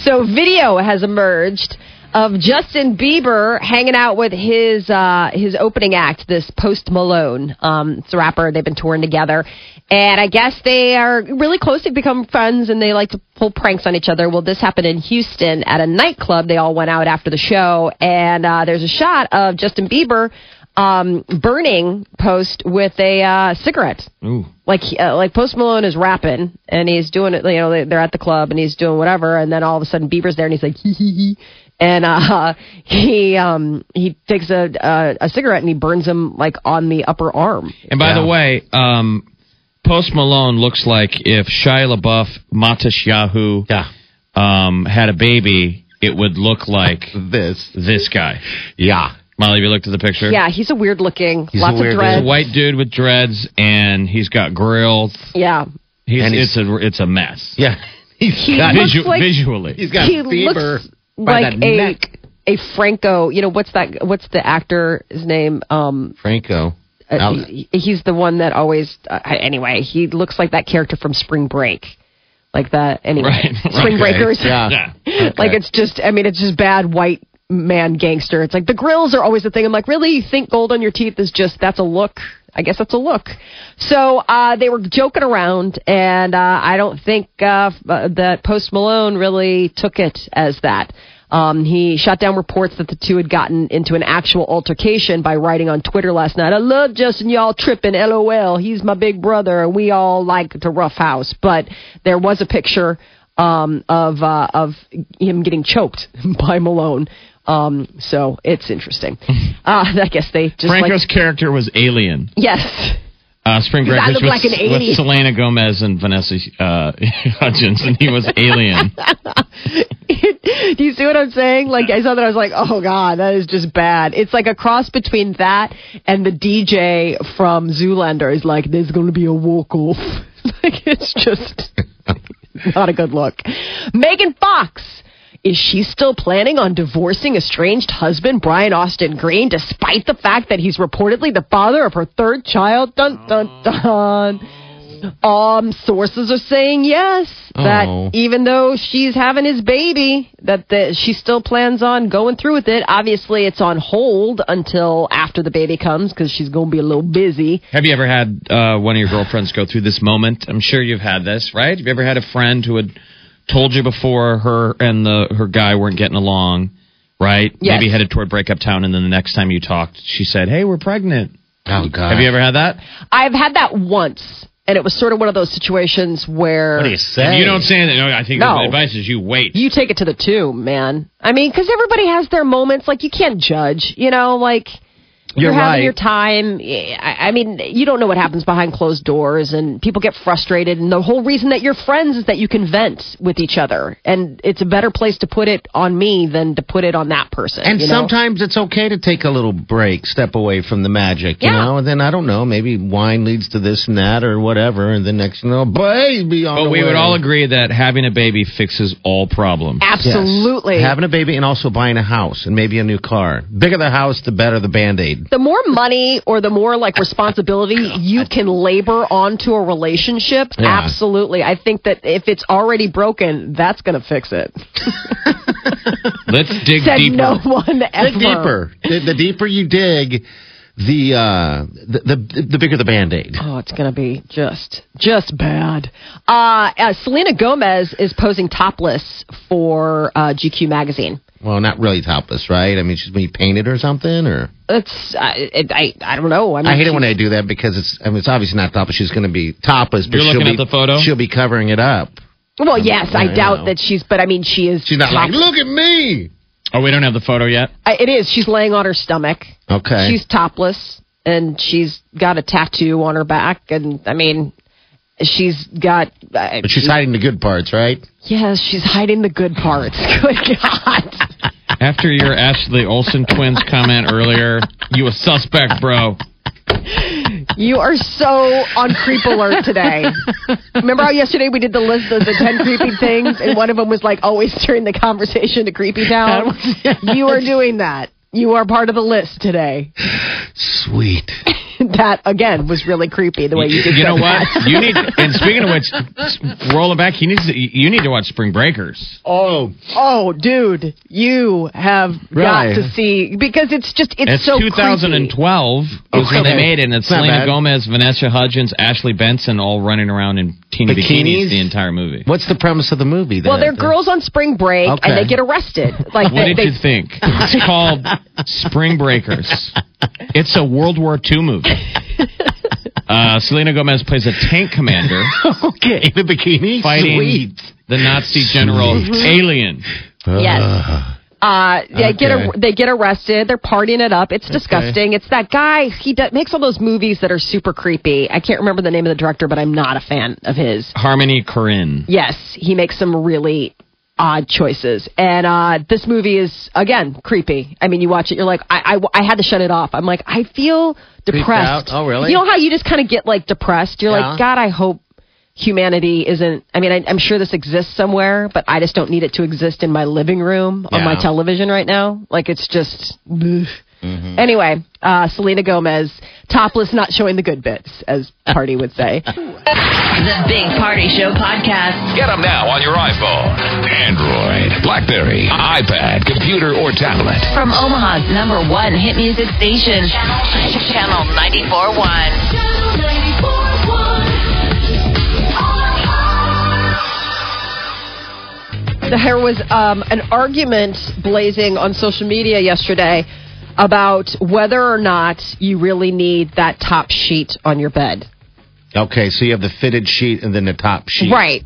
[SPEAKER 2] So, video has emerged of Justin Bieber hanging out with his uh, his opening act, this Post Malone. Um, it's a rapper. They've been touring together, and I guess they are really close. They've become friends, and they like to pull pranks on each other. Well, this happened in Houston at a nightclub. They all went out after the show, and uh, there's a shot of Justin Bieber um, burning Post with a uh, cigarette
[SPEAKER 3] Ooh.
[SPEAKER 2] like he- uh, like Post Malone is rapping and he's doing it. You know, they- they're at the club and he's doing whatever, and then all of a sudden Bieber's there and he's like hee hee hee, and uh, he um he takes a, a a cigarette and he burns him like on the upper arm.
[SPEAKER 3] And by the way, um, Post Malone looks like if Shia LaBeouf, Matish Yahoo,
[SPEAKER 4] Yeah.
[SPEAKER 3] um, had a baby, it would look like
[SPEAKER 4] This.
[SPEAKER 3] this guy.
[SPEAKER 4] Yeah.
[SPEAKER 3] Molly, have you looked at the picture?
[SPEAKER 2] Yeah, he's a weird looking,
[SPEAKER 4] He's a
[SPEAKER 2] lots
[SPEAKER 4] weird
[SPEAKER 2] of
[SPEAKER 4] dude.
[SPEAKER 3] He's
[SPEAKER 2] dreads.
[SPEAKER 3] a white dude with dreads, and he's got grills.
[SPEAKER 2] Yeah,
[SPEAKER 3] He's,
[SPEAKER 4] And he's-
[SPEAKER 3] it's a it's a mess.
[SPEAKER 4] Yeah.
[SPEAKER 2] he
[SPEAKER 4] got-
[SPEAKER 2] looks
[SPEAKER 3] Visu-
[SPEAKER 2] like
[SPEAKER 3] visually,
[SPEAKER 4] He's got
[SPEAKER 2] he
[SPEAKER 4] fever
[SPEAKER 2] looks
[SPEAKER 4] by
[SPEAKER 2] like
[SPEAKER 4] the
[SPEAKER 2] a
[SPEAKER 4] neck.
[SPEAKER 2] a Franco. You know what's that? What's the actor's name? Um,
[SPEAKER 4] Franco.
[SPEAKER 2] Uh,
[SPEAKER 4] Al-
[SPEAKER 2] he- he's the one that always. Uh, anyway, he looks like that character from Spring Break, like that. Anyway,
[SPEAKER 3] Right, right.
[SPEAKER 2] Spring
[SPEAKER 4] Okay,
[SPEAKER 2] Breakers.
[SPEAKER 4] Yeah.
[SPEAKER 3] Yeah.
[SPEAKER 2] Like it's just. I mean, it's just bad white man gangster. It's like the grills are always the thing. I'm like, really? You think gold on your teeth is just that's a look? I guess that's a look. So uh, they were joking around, and uh, I don't think uh, f- uh, that Post Malone really took it as that. Um, he shot down reports that the two had gotten into an actual altercation by writing on Twitter last night. I love Justin, y'all tripping. LOL. He's my big brother, and we all like to roughhouse. But there was a picture um, of uh, of him getting choked by Malone. Um, so it's interesting. Uh, I guess they just
[SPEAKER 3] Franco's
[SPEAKER 2] like
[SPEAKER 3] character was alien.
[SPEAKER 2] yes.
[SPEAKER 3] Uh, Spring
[SPEAKER 2] I
[SPEAKER 3] Breakers
[SPEAKER 2] look
[SPEAKER 3] with,
[SPEAKER 2] like an alien.
[SPEAKER 3] with Selena Gomez and Vanessa uh, Hudgens, and he was alien.
[SPEAKER 2] Do you see what I'm saying? Like I saw that I was like, oh god, that is just bad. It's like a cross between that and the DJ from Zoolander is like, there's going to be a walk off. like it's just not a good look. Megan Fox. Is she still planning on divorcing estranged husband Brian Austin Green despite the fact that he's reportedly the father of her third child? Dun dun dun. Um, sources are saying yes. That
[SPEAKER 4] Oh.
[SPEAKER 2] even though she's having his baby, that the, she still plans on going through with it. Obviously, it's on hold until after the baby comes because she's going to be a little busy.
[SPEAKER 3] Have you ever had uh, one of your girlfriends go through this moment? I'm sure you've had this, right? Have you ever had a friend who had told you before her and the her guy weren't getting along, right?
[SPEAKER 2] Yes.
[SPEAKER 3] Maybe headed toward breakup town, and then the next time you talked, she said, "Hey, we're pregnant."
[SPEAKER 4] Oh God!
[SPEAKER 3] Have you ever had that?
[SPEAKER 2] I've had that once, and it was sort of one of those situations where
[SPEAKER 4] What do you say?
[SPEAKER 3] You don't say anything. No, I think
[SPEAKER 2] No.
[SPEAKER 3] the advice is you wait.
[SPEAKER 2] you take it to the tomb, man. I mean, because everybody has their moments. Like you can't judge, you know. Like
[SPEAKER 4] You're
[SPEAKER 2] having
[SPEAKER 4] right.
[SPEAKER 2] your time. I I mean, you don't know what happens behind closed doors, and people get frustrated. And the whole reason that you're friends is that you can vent with each other, and it's a better place to put it on me than to put it on that person.
[SPEAKER 4] And
[SPEAKER 2] you know?
[SPEAKER 4] sometimes it's okay to take a little break, step away from the magic, you
[SPEAKER 2] Yeah.
[SPEAKER 4] know. And then I don't know, maybe wine leads to this and that or whatever, and the next you know, baby on
[SPEAKER 3] but
[SPEAKER 4] the
[SPEAKER 3] we
[SPEAKER 4] way.
[SPEAKER 3] would all agree that having a baby fixes all problems.
[SPEAKER 4] Yes.
[SPEAKER 2] absolutely.
[SPEAKER 4] having a baby and also buying a house and maybe a new car. Bigger the house, the better the band aid.
[SPEAKER 2] the more money or the more like responsibility you can labor onto a relationship,
[SPEAKER 4] Yeah.
[SPEAKER 2] absolutely. I think that if it's already broken, that's going to fix it.
[SPEAKER 3] Let's dig
[SPEAKER 2] Said
[SPEAKER 3] deeper.
[SPEAKER 2] no one ever.
[SPEAKER 4] Dig deeper. The, the deeper you dig, the uh, the, the the bigger the band aid.
[SPEAKER 2] Oh, it's going to be just, just bad. Uh, uh, Selena Gomez is posing topless for uh, GQ magazine.
[SPEAKER 4] Well, not really topless, right? I mean, she's been painted or something, or
[SPEAKER 2] That's I, I, I don't know. I, mean,
[SPEAKER 4] I hate it when I do that because it's I mean it's obviously not topless. She's going to be topless, but
[SPEAKER 3] You're
[SPEAKER 4] she'll
[SPEAKER 3] looking
[SPEAKER 4] be
[SPEAKER 3] at the photo?
[SPEAKER 4] She'll be covering it up.
[SPEAKER 2] Well, yes, I
[SPEAKER 4] Yeah, I
[SPEAKER 2] doubt
[SPEAKER 4] know.
[SPEAKER 2] that she's, but I mean, she is.
[SPEAKER 4] She's not like,
[SPEAKER 2] top-
[SPEAKER 4] look at me.
[SPEAKER 3] Oh, we don't have the photo yet.
[SPEAKER 2] I- It is. She's laying on her stomach.
[SPEAKER 4] Okay.
[SPEAKER 2] She's topless and she's got a tattoo on her back, and I mean, she's got. Uh,
[SPEAKER 4] but she's hiding the good parts, right?
[SPEAKER 2] yes, she's hiding the good parts. Good God!
[SPEAKER 3] After your Ashley Olsen twins comment earlier, you a suspect, bro.
[SPEAKER 2] You are so on creep alert today. Remember how yesterday we did the list of the ten creepy things, and one of them was like always turn the conversation to creepy town. You are doing that. You are part of the list today.
[SPEAKER 4] Sweet.
[SPEAKER 2] That again was really creepy. The way you did
[SPEAKER 3] You know
[SPEAKER 2] said
[SPEAKER 3] what?
[SPEAKER 2] that.
[SPEAKER 3] You need. And speaking of which, s- roll it back. He needs. To, you need to watch Spring Breakers.
[SPEAKER 4] Oh,
[SPEAKER 2] Oh, dude, you have
[SPEAKER 4] Really?
[SPEAKER 2] got to see because it's just it's,
[SPEAKER 3] It's
[SPEAKER 2] so Oh,
[SPEAKER 3] 2012 was when
[SPEAKER 4] Okay.
[SPEAKER 3] they made it, and it's
[SPEAKER 4] Not
[SPEAKER 3] Selena
[SPEAKER 4] bad.
[SPEAKER 3] Gomez, Vanessa Hudgens, Ashley Benson, all running around in teeny bikinis,
[SPEAKER 4] Bikinis?
[SPEAKER 3] the entire movie.
[SPEAKER 4] what's the premise of the movie?
[SPEAKER 2] Well,
[SPEAKER 4] then?
[SPEAKER 2] they're girls on spring break
[SPEAKER 4] Okay.
[SPEAKER 2] and they get arrested. Like
[SPEAKER 3] What
[SPEAKER 2] they,
[SPEAKER 3] did
[SPEAKER 2] they
[SPEAKER 3] you think? It's called Spring Breakers. It's a World War II movie. Uh, Selena Gomez plays a tank commander
[SPEAKER 2] Oh,
[SPEAKER 4] okay. The bikini
[SPEAKER 3] fighting
[SPEAKER 4] Sweet.
[SPEAKER 3] the Nazi general Alien.
[SPEAKER 2] Yes.
[SPEAKER 4] Ugh.
[SPEAKER 2] uh, they get
[SPEAKER 4] Okay.
[SPEAKER 2] ar- they get arrested. They're partying it up. It's disgusting. It's that guy. He d- makes all those movies that are super creepy. I can't remember the name of the director, but I'm not a fan of his.
[SPEAKER 3] Harmony Korine.
[SPEAKER 2] Yes, he makes some really odd choices. And uh, this movie is, again, creepy. I mean, you watch it, you're like, I, I, I had to shut it off. I'm like, I feel depressed.
[SPEAKER 4] out? Oh, really?
[SPEAKER 2] You know how you just kind of get, like, depressed? You're
[SPEAKER 4] Yeah.
[SPEAKER 2] like, God, I hope humanity isn't. I mean, I, I'm sure this exists somewhere, but I just don't need it to exist in my living room on my
[SPEAKER 4] Yeah.
[SPEAKER 2] television right now. Like, it's just. bleh.
[SPEAKER 4] Mm-hmm.
[SPEAKER 2] Anyway, uh, Selena Gomez, topless, not showing the good bits, as Party would say.
[SPEAKER 5] The Big Party Show podcast.
[SPEAKER 1] Get them now on your iPhone, Android, Blackberry, iPad, computer, or tablet.
[SPEAKER 5] From Omaha's number one hit music station, Channel 94.1.
[SPEAKER 2] there was um, an argument blazing on social media yesterday about whether or not you really need that top sheet on your bed.
[SPEAKER 4] Okay, so you have the fitted sheet and then the top sheet.
[SPEAKER 2] Right.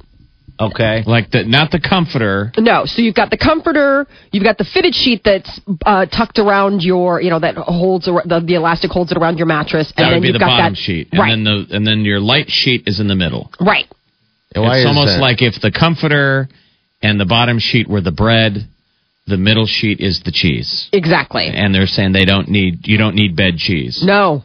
[SPEAKER 4] Okay.
[SPEAKER 3] Like the not the comforter.
[SPEAKER 2] No, so you've got the comforter, you've got the fitted sheet that's uh, tucked around your, you know, that holds ar- the, the elastic holds it around your mattress, and
[SPEAKER 3] That
[SPEAKER 2] then
[SPEAKER 3] would be
[SPEAKER 2] you've
[SPEAKER 3] the
[SPEAKER 2] got
[SPEAKER 3] bottom
[SPEAKER 2] that
[SPEAKER 3] sheet, and
[SPEAKER 2] right,
[SPEAKER 3] then the and then your light sheet is in the middle.
[SPEAKER 2] right,
[SPEAKER 4] Why
[SPEAKER 3] it's
[SPEAKER 4] is
[SPEAKER 3] almost
[SPEAKER 4] that?
[SPEAKER 3] like if the comforter and the bottom sheet were the bread, the middle sheet is the cheese.
[SPEAKER 2] exactly.
[SPEAKER 3] And they're saying they don't need you don't need bed cheese.
[SPEAKER 2] No,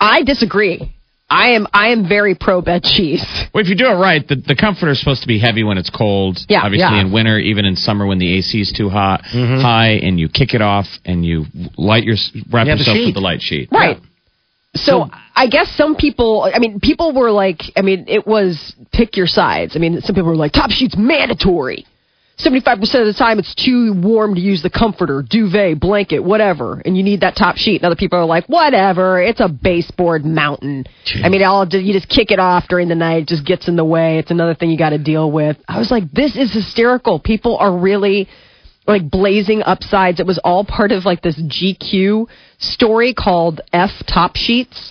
[SPEAKER 2] I disagree. I am I am very pro bed cheese.
[SPEAKER 3] Well, if you do it right, the, the comforter is supposed to be heavy when it's cold.
[SPEAKER 2] Yeah,
[SPEAKER 3] obviously
[SPEAKER 2] yeah.
[SPEAKER 3] in winter, even in summer when the AC is too hot, high, and you kick it off and you light your wrap
[SPEAKER 4] You have the
[SPEAKER 3] yourself
[SPEAKER 4] sheet.
[SPEAKER 3] with the light sheet.
[SPEAKER 2] Right. So I guess some people, I mean, people were like, I mean, it was pick your sides. I mean, some people were like, top sheet's mandatory. 75% of the time, it's too warm to use the comforter, duvet, blanket, whatever, and you need that top sheet. And other people are like, whatever, it's a baseboard mountain. I mean, all you just kick it off during the night, it just gets in the way. It's another thing you got to deal with. I was like, this is hysterical. People are really like blazing upsides. It was all part of like this GQ story called F Top Sheets,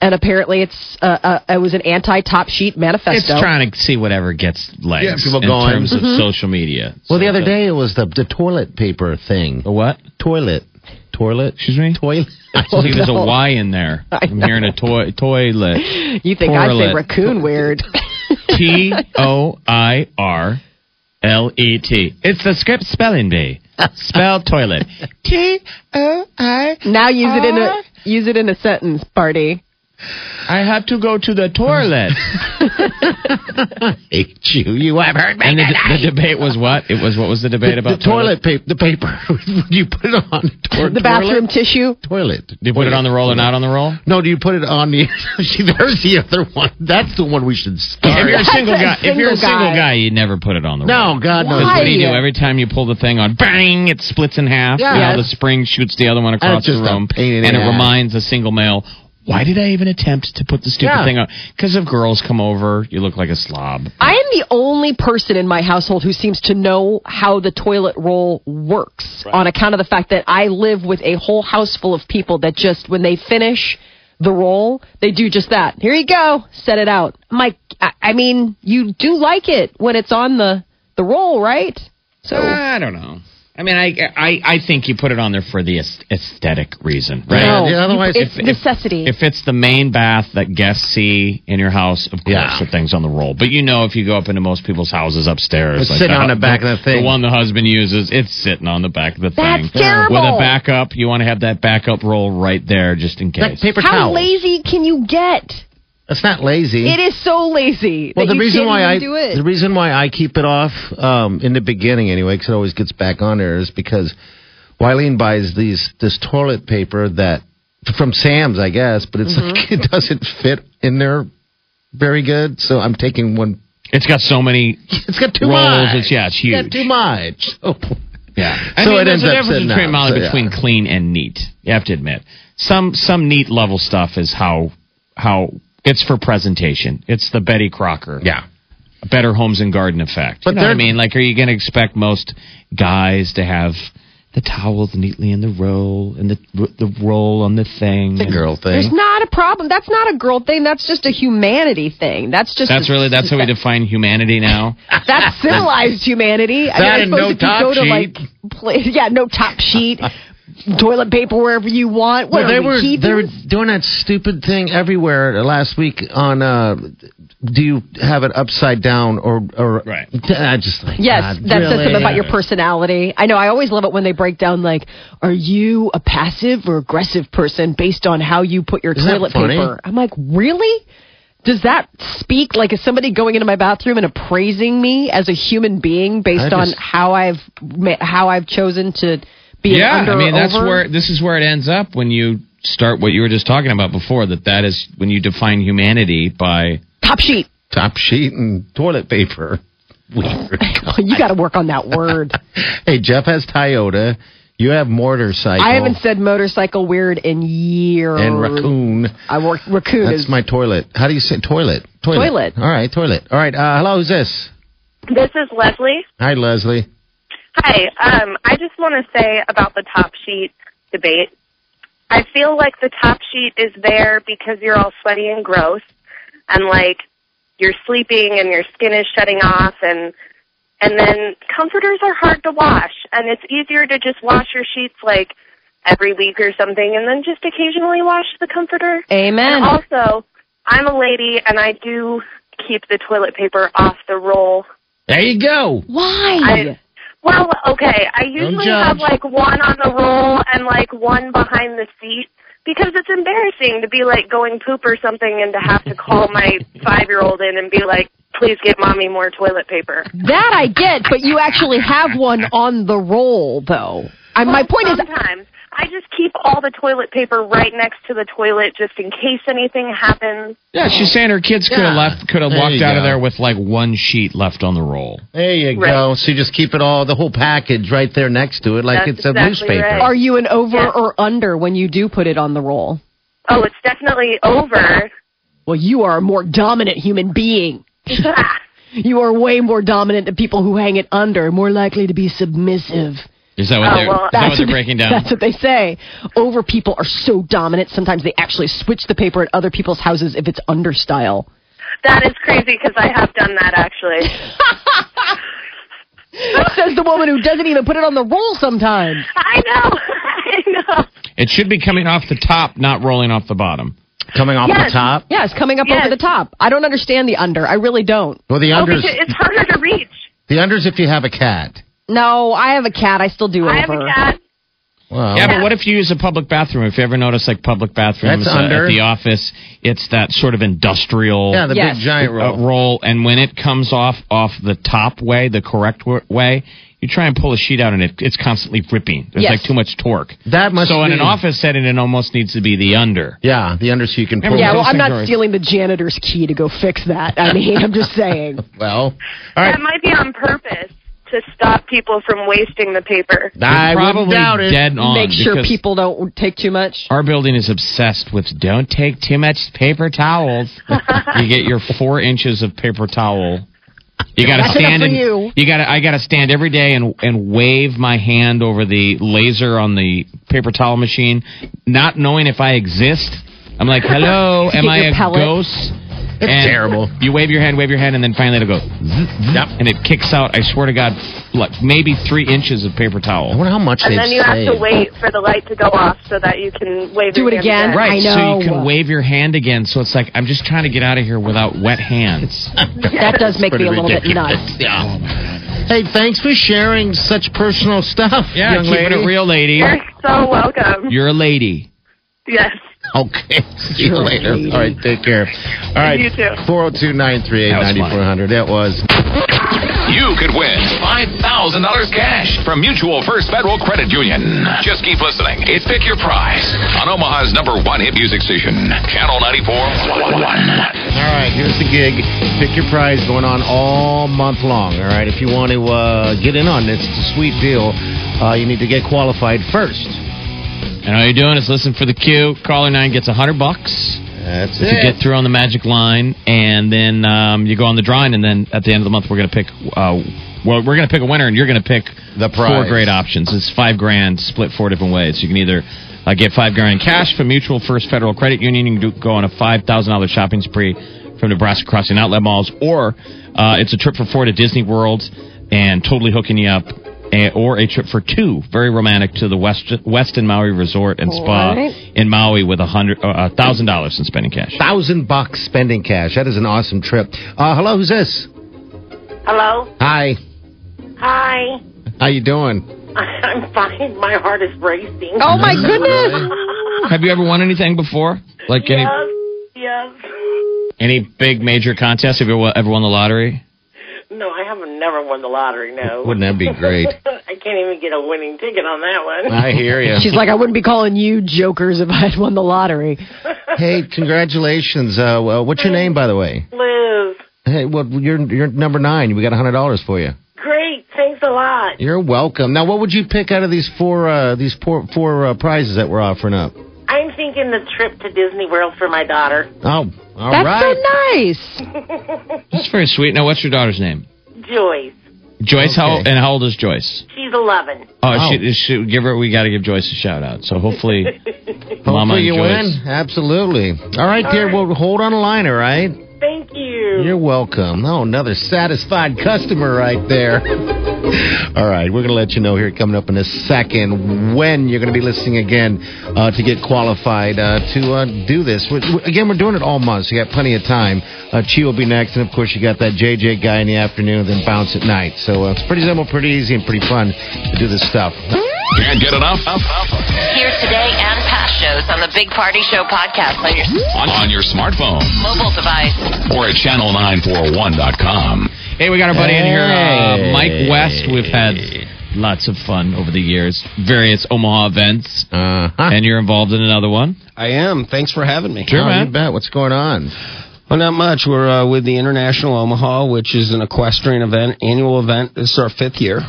[SPEAKER 2] and apparently it's uh, uh, it was an anti Top Sheet
[SPEAKER 3] It's
[SPEAKER 2] manifesto.
[SPEAKER 3] trying to see whatever gets legs
[SPEAKER 4] Yeah, people
[SPEAKER 3] in
[SPEAKER 4] going.
[SPEAKER 3] terms of
[SPEAKER 2] mm-hmm.
[SPEAKER 3] social media.
[SPEAKER 4] Well, the
[SPEAKER 3] So
[SPEAKER 4] other
[SPEAKER 3] that-
[SPEAKER 4] day it was the the toilet paper thing.
[SPEAKER 3] the what?
[SPEAKER 4] Toilet. Toilet.
[SPEAKER 3] Excuse me.
[SPEAKER 4] Toilet.
[SPEAKER 3] I see there's a Y in there. I'm hearing a toi- toilet.
[SPEAKER 2] you think I say
[SPEAKER 3] Toilet.
[SPEAKER 2] raccoon weird?
[SPEAKER 3] T O I R L E T. It's the script spelling bee. Spell toilet. T O I.
[SPEAKER 2] now use it in a use it in a sentence, party.
[SPEAKER 3] I have to go to the toilet.
[SPEAKER 4] Hate you. You have heard me.
[SPEAKER 3] and the,
[SPEAKER 4] deny.
[SPEAKER 3] the debate was what? It was what was the debate about?
[SPEAKER 4] the toilet paper. The paper. you put it on tor-
[SPEAKER 2] The bathroom
[SPEAKER 4] toilet?
[SPEAKER 2] tissue.
[SPEAKER 4] toilet.
[SPEAKER 3] Do you put it on the roll or not on the roll?
[SPEAKER 4] No, do you put it on the? See, there's the other one. That's the one we should
[SPEAKER 3] If
[SPEAKER 4] start.
[SPEAKER 3] you're a single guy, if you're a
[SPEAKER 2] Single guy.
[SPEAKER 3] single guy, you never put it on the roll.
[SPEAKER 4] no, God knows.
[SPEAKER 2] Why?
[SPEAKER 3] What do you do?
[SPEAKER 2] Yeah.
[SPEAKER 3] Every time you pull the thing on, bang, it splits in half.
[SPEAKER 4] Yeah.
[SPEAKER 3] Now the
[SPEAKER 4] Yes.
[SPEAKER 3] spring shoots the other one across
[SPEAKER 4] That's just
[SPEAKER 3] the room.
[SPEAKER 4] a pain in the
[SPEAKER 3] and it
[SPEAKER 4] ass.
[SPEAKER 3] reminds a single male, why did I even attempt to put the stupid
[SPEAKER 4] Yeah.
[SPEAKER 3] thing on? Because if girls come over, you look like a slob.
[SPEAKER 2] I am the only person in my household who seems to know how the toilet roll works on account of the fact that I live with a whole house full of people that just, when they finish the roll, they do just that. Here you go, set it out. I'm like, I, I mean, you do like it when it's on the, the roll, right?
[SPEAKER 4] Oh.
[SPEAKER 2] So,
[SPEAKER 3] I don't know. I mean, I, I, I think you put it on there for the aes- aesthetic reason, right?
[SPEAKER 4] No. yeah, otherwise-
[SPEAKER 2] it's
[SPEAKER 3] If- if-
[SPEAKER 2] necessity.
[SPEAKER 3] If it's the main bath that guests see in your house, of course,
[SPEAKER 4] Yeah.
[SPEAKER 3] the thing's on the roll. But you know, if you go up into most people's houses upstairs,
[SPEAKER 4] It's sitting on the back of the thing.
[SPEAKER 3] one the husband uses, it's sitting on the back of the
[SPEAKER 2] That's
[SPEAKER 3] thing.
[SPEAKER 2] terrible.
[SPEAKER 3] With a backup, you want to have that backup roll right there, just in
[SPEAKER 4] That
[SPEAKER 3] case.
[SPEAKER 4] paper
[SPEAKER 2] how
[SPEAKER 4] towel.
[SPEAKER 2] lazy can you get?
[SPEAKER 4] That's not lazy.
[SPEAKER 2] It is so lazy.
[SPEAKER 4] Well,
[SPEAKER 2] that
[SPEAKER 4] the
[SPEAKER 2] you
[SPEAKER 4] reason
[SPEAKER 2] can't even
[SPEAKER 4] why I
[SPEAKER 2] do it.
[SPEAKER 4] the reason why I keep it off um, in the beginning anyway, because it always gets back on there, is because Wileen buys these this toilet paper that from Sam's, I guess, but it's like it doesn't fit in there very good. So I'm taking one.
[SPEAKER 3] it's got so many.
[SPEAKER 4] It's got too
[SPEAKER 3] Rolls,
[SPEAKER 4] much.
[SPEAKER 3] it's- yeah, it's
[SPEAKER 4] got
[SPEAKER 3] huge.
[SPEAKER 4] too much. So,
[SPEAKER 3] Yeah. I
[SPEAKER 4] So
[SPEAKER 3] mean,
[SPEAKER 4] it
[SPEAKER 3] there's
[SPEAKER 4] ends
[SPEAKER 3] a
[SPEAKER 4] up
[SPEAKER 3] difference
[SPEAKER 4] sitting
[SPEAKER 3] between
[SPEAKER 4] out,
[SPEAKER 3] Molly
[SPEAKER 4] so yeah.
[SPEAKER 3] between clean and neat. You have to admit. Some some neat level stuff is how how it's for presentation. It's the Betty Crocker.
[SPEAKER 4] yeah.
[SPEAKER 3] better homes and garden effect.
[SPEAKER 4] But
[SPEAKER 3] you know what I
[SPEAKER 4] they're-
[SPEAKER 3] mean? Like, are you going to expect most guys to have the towels neatly in the roll and the the roll on the thing?
[SPEAKER 4] The
[SPEAKER 3] and-
[SPEAKER 4] girl
[SPEAKER 2] There's
[SPEAKER 4] thing.
[SPEAKER 2] not a problem. That's not a girl thing. That's just a humanity thing. That's just
[SPEAKER 3] That's really that's how we define humanity now.
[SPEAKER 2] that's civilized humanity. I
[SPEAKER 4] That
[SPEAKER 2] mean,
[SPEAKER 4] and
[SPEAKER 2] I
[SPEAKER 4] no
[SPEAKER 2] suppose if you
[SPEAKER 4] top
[SPEAKER 2] go to
[SPEAKER 4] sheet.
[SPEAKER 2] like pla yeah, no top sheet, toilet paper wherever you want. What
[SPEAKER 4] Well, they
[SPEAKER 2] are we,
[SPEAKER 4] were
[SPEAKER 2] heathens?
[SPEAKER 4] they were doing that stupid thing everywhere last week on. Uh, do you have it upside down or or?
[SPEAKER 3] Right.
[SPEAKER 4] I just like
[SPEAKER 2] Yes,
[SPEAKER 4] God,
[SPEAKER 2] that says
[SPEAKER 4] really?
[SPEAKER 2] something about your personality. I know. I always love it when they break down like, are you a passive or aggressive person based on how you put your
[SPEAKER 4] that
[SPEAKER 2] toilet
[SPEAKER 4] funny?
[SPEAKER 2] paper? I'm like, really? Does that speak like is somebody going into my bathroom and appraising me as a human being based
[SPEAKER 4] I
[SPEAKER 2] on
[SPEAKER 4] just-
[SPEAKER 2] how I've ma- how I've chosen to be? an
[SPEAKER 3] yeah,
[SPEAKER 2] under
[SPEAKER 3] I
[SPEAKER 2] or
[SPEAKER 3] mean that's
[SPEAKER 2] over?
[SPEAKER 3] where this is where it ends up when you start what you were just talking about before. That that is when you define humanity by
[SPEAKER 2] top sheet.
[SPEAKER 4] top sheet and toilet paper. Weird.
[SPEAKER 2] You got to work on that word.
[SPEAKER 4] hey, Jeff has Toyota. You have motorcycle.
[SPEAKER 2] I haven't said motorcycle weird in years.
[SPEAKER 4] and raccoon.
[SPEAKER 2] I work raccoon
[SPEAKER 4] That's
[SPEAKER 2] is
[SPEAKER 4] my toilet. How do you say toilet? Toilet.
[SPEAKER 2] Toilet.
[SPEAKER 4] All right, toilet. All right. Uh, hello, who's this?
[SPEAKER 6] This is Leslie.
[SPEAKER 4] Hi, Leslie.
[SPEAKER 6] Hi. Um, I just want to say about the top sheet debate. I feel like the top sheet is there because you're all sweaty and gross, and like you're sleeping and your skin is shutting off, and and then comforters are hard to wash, and it's easier to just wash your sheets like every week or something, and then just occasionally wash the comforter.
[SPEAKER 2] Amen.
[SPEAKER 6] And also, I'm a lady, and I do keep the toilet paper off the roll
[SPEAKER 4] There you go.
[SPEAKER 2] Why?
[SPEAKER 6] I, well, okay. I usually have
[SPEAKER 4] judge.
[SPEAKER 6] like one on the roll and like one behind the seat because it's embarrassing to be like going poop or something and to have to call my five year old in and be like, please get mommy more toilet paper.
[SPEAKER 2] that I get, but you actually have one on the roll, though. I, my point is,
[SPEAKER 6] Sometimes I just keep all the toilet paper right next to the toilet just in case anything happens.
[SPEAKER 3] Yeah, she's saying her kids could have
[SPEAKER 4] Yeah.
[SPEAKER 3] left, could have
[SPEAKER 4] There
[SPEAKER 3] walked
[SPEAKER 4] you
[SPEAKER 3] out of
[SPEAKER 4] go.
[SPEAKER 3] there with like one sheet left on the roll.
[SPEAKER 4] There you
[SPEAKER 6] Right.
[SPEAKER 4] go. So you just keep it all, the whole package right there next to it, like
[SPEAKER 6] That's
[SPEAKER 4] it's a
[SPEAKER 6] exactly
[SPEAKER 4] newspaper.
[SPEAKER 6] right.
[SPEAKER 2] are you an over
[SPEAKER 6] Yeah.
[SPEAKER 2] or under when you do put it on the roll?
[SPEAKER 6] Oh, it's definitely over.
[SPEAKER 2] Well, you are a more dominant human being. You are way more dominant than people who hang it under, more likely to be submissive.
[SPEAKER 3] Is that what
[SPEAKER 6] Oh,
[SPEAKER 3] they're,
[SPEAKER 6] well,
[SPEAKER 3] is that what they're breaking down?
[SPEAKER 2] That's what they say. Over people are so dominant. Sometimes they actually switch the paper at other people's houses if it's under style.
[SPEAKER 6] that is crazy because I have done that actually.
[SPEAKER 2] Says the woman who doesn't even put it on the roll sometimes.
[SPEAKER 6] I know. I know.
[SPEAKER 3] It should be coming off the top, not rolling off the bottom.
[SPEAKER 4] Coming off
[SPEAKER 6] Yes.
[SPEAKER 4] the top.
[SPEAKER 2] Yes, coming up
[SPEAKER 6] Yes.
[SPEAKER 2] over the top. I don't understand the under. I really don't.
[SPEAKER 4] Well, the
[SPEAKER 6] Oh,
[SPEAKER 4] unders,
[SPEAKER 6] because it's harder to reach.
[SPEAKER 4] the unders if you have a cat.
[SPEAKER 2] No, I have a cat. I still do
[SPEAKER 6] I have
[SPEAKER 2] over.
[SPEAKER 6] a cat.
[SPEAKER 4] Well,
[SPEAKER 3] Yeah, but what if you use a public bathroom? If you ever notice, like public bathrooms
[SPEAKER 4] That's
[SPEAKER 3] uh, at
[SPEAKER 4] under.
[SPEAKER 3] the office, it's that sort of industrial
[SPEAKER 4] yeah, the
[SPEAKER 2] Yes.
[SPEAKER 4] big giant roll.
[SPEAKER 3] uh, roll, and when it comes off off the top way, the correct w- way, you try and pull a sheet out, and it, it's constantly ripping. There's
[SPEAKER 2] Yes.
[SPEAKER 3] like too much torque.
[SPEAKER 4] That must
[SPEAKER 3] so in
[SPEAKER 4] be-
[SPEAKER 3] an office setting, it almost needs to be the under.
[SPEAKER 4] Yeah, the under so you can pull.
[SPEAKER 2] Yeah,
[SPEAKER 4] it.
[SPEAKER 2] well, I'm
[SPEAKER 3] Those things
[SPEAKER 2] not
[SPEAKER 3] are-
[SPEAKER 2] stealing the janitor's key to go fix that. I mean, I'm just saying.
[SPEAKER 4] Well, all right.
[SPEAKER 6] That might be on purpose to stop people from wasting the paper.
[SPEAKER 4] I
[SPEAKER 3] You're
[SPEAKER 4] wouldn't
[SPEAKER 3] probably
[SPEAKER 4] doubt it.
[SPEAKER 3] dead on.
[SPEAKER 2] Make sure
[SPEAKER 3] because
[SPEAKER 2] people don't take too much.
[SPEAKER 3] Our building is obsessed with don't take too much paper towels. you get your four inches of paper towel. You got to
[SPEAKER 2] That's enough
[SPEAKER 3] stand.
[SPEAKER 2] for
[SPEAKER 3] and-
[SPEAKER 2] you.
[SPEAKER 3] got to. I got to stand every day and and wave my hand over the laser on the paper towel machine, not knowing if I exist. I'm like, hello, am
[SPEAKER 2] Get
[SPEAKER 3] I
[SPEAKER 2] your
[SPEAKER 3] a
[SPEAKER 2] pellet.
[SPEAKER 3] ghost?
[SPEAKER 4] It's terrible.
[SPEAKER 3] You wave your hand, wave your hand, and then finally it'll go, zzz, zzz,
[SPEAKER 4] Yep.
[SPEAKER 3] and it kicks out. I swear to God, like maybe three inches of paper
[SPEAKER 4] I
[SPEAKER 3] towel.
[SPEAKER 4] wonder how much
[SPEAKER 6] And
[SPEAKER 4] they've
[SPEAKER 6] then you
[SPEAKER 4] saved.
[SPEAKER 6] have to wait for the light to go off so that you can wave
[SPEAKER 2] Do
[SPEAKER 6] your
[SPEAKER 2] it
[SPEAKER 6] hand
[SPEAKER 2] again. Right. I
[SPEAKER 3] So
[SPEAKER 2] know.
[SPEAKER 3] you can wave your hand again. So it's like I'm just trying to get out of here without wet hands.
[SPEAKER 2] That does make me
[SPEAKER 4] Pretty
[SPEAKER 2] a little
[SPEAKER 4] ridiculous.
[SPEAKER 2] bit nuts.
[SPEAKER 4] Yeah. Hey, thanks for sharing such personal stuff.
[SPEAKER 3] Yeah,
[SPEAKER 4] young
[SPEAKER 3] keeping
[SPEAKER 4] lady.
[SPEAKER 3] it real, lady.
[SPEAKER 6] You're so welcome.
[SPEAKER 3] You're a lady.
[SPEAKER 6] yes.
[SPEAKER 4] Okay. See you later.
[SPEAKER 2] lady.
[SPEAKER 4] All right. Take care. All right.
[SPEAKER 6] You too.
[SPEAKER 4] 402 938 9400. That was.
[SPEAKER 1] You could win $5,000 cash from Mutual First Federal Credit Union. Just keep listening. It's Pick Your Prize on Omaha's number one hit music station, Channel 94.
[SPEAKER 4] All right. Here's the gig. Pick your prize going on all month long. All right. If you want to uh, get in on this, it's a sweet deal. Uh, you need to get qualified first.
[SPEAKER 3] And all you're doing is listen for the cue. Caller nine gets a hundred bucks
[SPEAKER 4] That's
[SPEAKER 3] to get through on the magic line, and then um, you go on the drawing. And then at the end of the month, we're gonna pick. Uh, well, we're gonna pick a winner, and you're gonna pick
[SPEAKER 4] The
[SPEAKER 3] four
[SPEAKER 4] prize.
[SPEAKER 3] great options. It's five grand split four different ways. You can either uh, get five grand cash from Mutual First Federal Credit Union. You can do, go on a five thousand dollar shopping spree from Nebraska Crossing Outlet Malls, or uh, it's a trip for four to Disney World and totally hooking you up. a- Or a trip for two, very romantic, to the West Weston Maui Resort and Spa
[SPEAKER 2] All right.
[SPEAKER 3] in Maui with a hundred uh, a thousand dollars in spending cash.
[SPEAKER 4] Thousand bucks spending cash. That is an awesome trip. Uh, hello, who's this?
[SPEAKER 7] Hello.
[SPEAKER 4] Hi.
[SPEAKER 7] Hi.
[SPEAKER 4] How you doing?
[SPEAKER 7] I'm fine. My heart is racing.
[SPEAKER 2] Oh my goodness!
[SPEAKER 3] Have you ever won anything before? Like any
[SPEAKER 7] Yes. Yes.
[SPEAKER 3] any big major contest? Have you ever ever won the lottery?
[SPEAKER 7] No, I haven't never won the lottery. No.
[SPEAKER 4] Wouldn't that be great?
[SPEAKER 7] I can't even get a winning ticket on that one.
[SPEAKER 4] I hear you.
[SPEAKER 2] She's like, I wouldn't be calling you jokers if I had won the lottery.
[SPEAKER 4] Hey, congratulations. Uh, well, what's your name, by the way?
[SPEAKER 7] Liz,
[SPEAKER 4] Hey, well, you're you're number nine. We got a hundred dollars for you.
[SPEAKER 7] great. Thanks a lot.
[SPEAKER 4] You're welcome. Now, what would you pick out of these four uh, these four, four uh, prizes that we're offering up?
[SPEAKER 7] I'm thinking the trip to Disney World for my daughter,
[SPEAKER 4] Oh, all right.
[SPEAKER 2] That's so nice.
[SPEAKER 3] That's very sweet. Now, what's your daughter's name?
[SPEAKER 6] Joyce.
[SPEAKER 3] Joyce, how
[SPEAKER 8] Okay.
[SPEAKER 3] and how old is Joyce?
[SPEAKER 6] She's 11.
[SPEAKER 3] Oh,
[SPEAKER 8] Oh.
[SPEAKER 3] She, she, give her. We got to give Joyce a shout out. So hopefully, Mama
[SPEAKER 8] Hopefully
[SPEAKER 3] and
[SPEAKER 8] you
[SPEAKER 3] Joyce.
[SPEAKER 8] win. Absolutely. All right, dear. Well, hold on a line, all right?
[SPEAKER 6] Thank you.
[SPEAKER 8] You're welcome. Oh, another satisfied customer right there. All right, we're going to let you know here coming up in a second when you're going to be listening again uh, to get qualified uh, to uh, do this. We- we- Again, we're doing it all month, so you got plenty of time. Uh, Chi will be next, and of course, you got that JJ guy in the afternoon, then bounce at night. So uh, it's pretty simple, pretty easy, and pretty fun to do this stuff.
[SPEAKER 1] Can't get enough?
[SPEAKER 5] Hear today and past shows on the Big Party Show podcast on your
[SPEAKER 1] On, on your smartphone
[SPEAKER 5] mobile device.
[SPEAKER 1] or at channel941.com.
[SPEAKER 3] Hey, we got our buddy in here, uh,
[SPEAKER 8] Hey.
[SPEAKER 3] Mike West. We've had lots of fun over the years, various Omaha events,
[SPEAKER 8] Uh,
[SPEAKER 3] and you're involved in another one.
[SPEAKER 4] I am. Thanks for having me.
[SPEAKER 3] Sure, man.
[SPEAKER 8] Oh, You bet. What's going on?
[SPEAKER 4] Well, not much. We're uh, with the International Omaha, which is an equestrian event, annual event. This is our fifth year.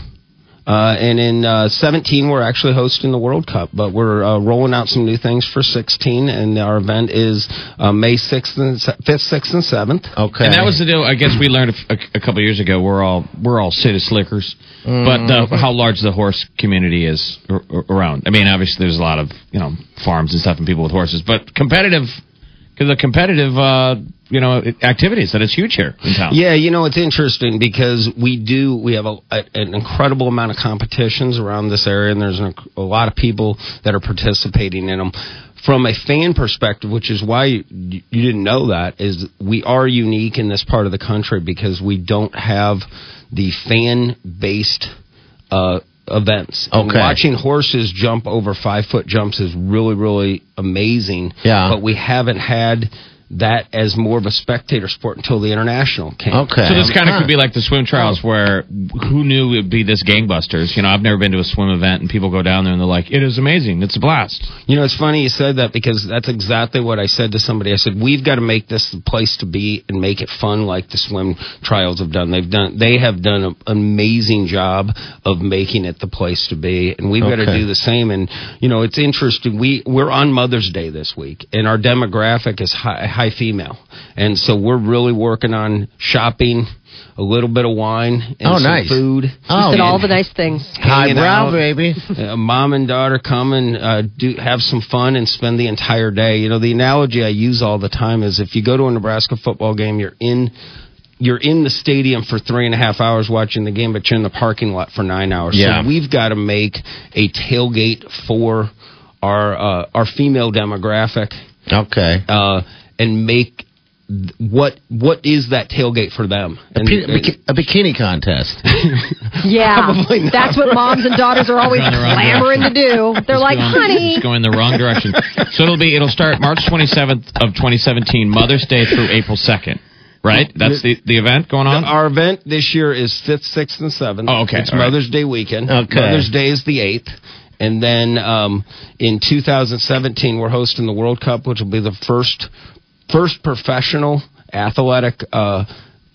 [SPEAKER 4] Uh, and in uh, 17, we're actually hosting the World Cup, but we're uh, rolling out some new things for 16, and our event is uh, May 6th and se- 5th, 6th, and 7th.
[SPEAKER 8] Okay.
[SPEAKER 3] And that was the deal. I guess we learned a, f- a couple years ago. We're all we're all city slickers, but
[SPEAKER 4] Mm-hmm.
[SPEAKER 3] the, how large the horse community is ar- ar- around. I mean, obviously there's a lot of you know farms and stuff and people with horses, but competitive, the competitive uh, you know activities that it's huge here in town.
[SPEAKER 4] Yeah, you know it's interesting because we do we have a, a- an incredible amount of competitions around this area, and there's an, a lot of people that are participating in them. From a fan perspective, which is why you, you didn't know that, is we are unique in this part of the country because we don't have the fan based uh, events. And
[SPEAKER 8] Okay.
[SPEAKER 4] watching horses jump over five foot jumps is really, really amazing.
[SPEAKER 8] Yeah.
[SPEAKER 4] But we haven't had that as more of a spectator sport until the international came.
[SPEAKER 8] Okay.
[SPEAKER 3] So this kind of
[SPEAKER 8] Huh.
[SPEAKER 3] could be like the swim trials,
[SPEAKER 4] Oh.
[SPEAKER 3] where who knew it would be this gangbusters? You know, I've never been to a swim event, and people go down there and they're like, "It is amazing! It's a blast!"
[SPEAKER 4] You know, it's funny you said that because that's exactly what I said to somebody. I said, "We've got to make this the place to be and make it fun, like the swim trials have done. They've done, they have done an amazing job of making it the place to be, and we've got to
[SPEAKER 8] Okay.
[SPEAKER 4] do the same." And you know, it's interesting. We we're on Mother's Day this week, and our demographic is high, high female, and so we're really working on shopping, a little bit of wine, and
[SPEAKER 8] Oh,
[SPEAKER 4] some
[SPEAKER 8] nice.
[SPEAKER 4] food.
[SPEAKER 8] Oh,
[SPEAKER 2] Said
[SPEAKER 8] yeah.
[SPEAKER 2] all the nice things.
[SPEAKER 4] hanging
[SPEAKER 8] highbrow,
[SPEAKER 4] out.
[SPEAKER 8] baby.
[SPEAKER 4] uh, mom and daughter come and uh, do have some fun and spend the entire day. You know, the analogy I use all the time is if you go to a Nebraska football game, you're in. You're in the stadium for three and a half hours watching the game, but you're in the parking lot for nine hours.
[SPEAKER 8] Yeah.
[SPEAKER 4] So we've got to make a tailgate for our uh, our female demographic
[SPEAKER 8] Okay.
[SPEAKER 4] uh, and make th- what what is that tailgate for them? And, uh,
[SPEAKER 8] Pi-
[SPEAKER 4] and-
[SPEAKER 8] biki- a bikini contest.
[SPEAKER 2] Yeah,
[SPEAKER 4] Probably not.
[SPEAKER 2] that's what moms and daughters are always
[SPEAKER 3] Going the wrong
[SPEAKER 2] clamoring to do. They're like,
[SPEAKER 3] going-
[SPEAKER 2] honey,
[SPEAKER 3] it's going the wrong direction. so it'll be it'll start March 27th of 2017, Mother's Day through April 2nd. Right? That's the the event going on.
[SPEAKER 4] Our event this year is fifth, sixth, and seventh.
[SPEAKER 3] Oh, okay.
[SPEAKER 4] It's
[SPEAKER 3] All right.
[SPEAKER 4] Mother's Day weekend.
[SPEAKER 8] Okay.
[SPEAKER 4] Mother's Day is the eighth. And then um, in 2017, we're hosting the World Cup, which will be the first first professional athletic uh,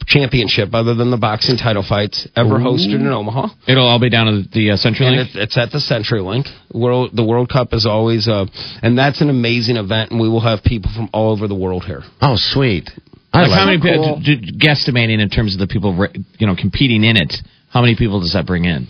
[SPEAKER 4] championship, other than the boxing title fights, ever hosted in Omaha.
[SPEAKER 3] It'll all be down at the uh, Century
[SPEAKER 4] And
[SPEAKER 3] Link.
[SPEAKER 4] it's, it's at the CenturyLink. World, the World Cup is always, uh, and that's an amazing event, and we will have people from all over the world here.
[SPEAKER 8] Oh, sweet. I
[SPEAKER 3] Like how many
[SPEAKER 8] like it.
[SPEAKER 3] people? d- d- guesstimating in terms of the people re- you know competing in it. How many people does that bring in?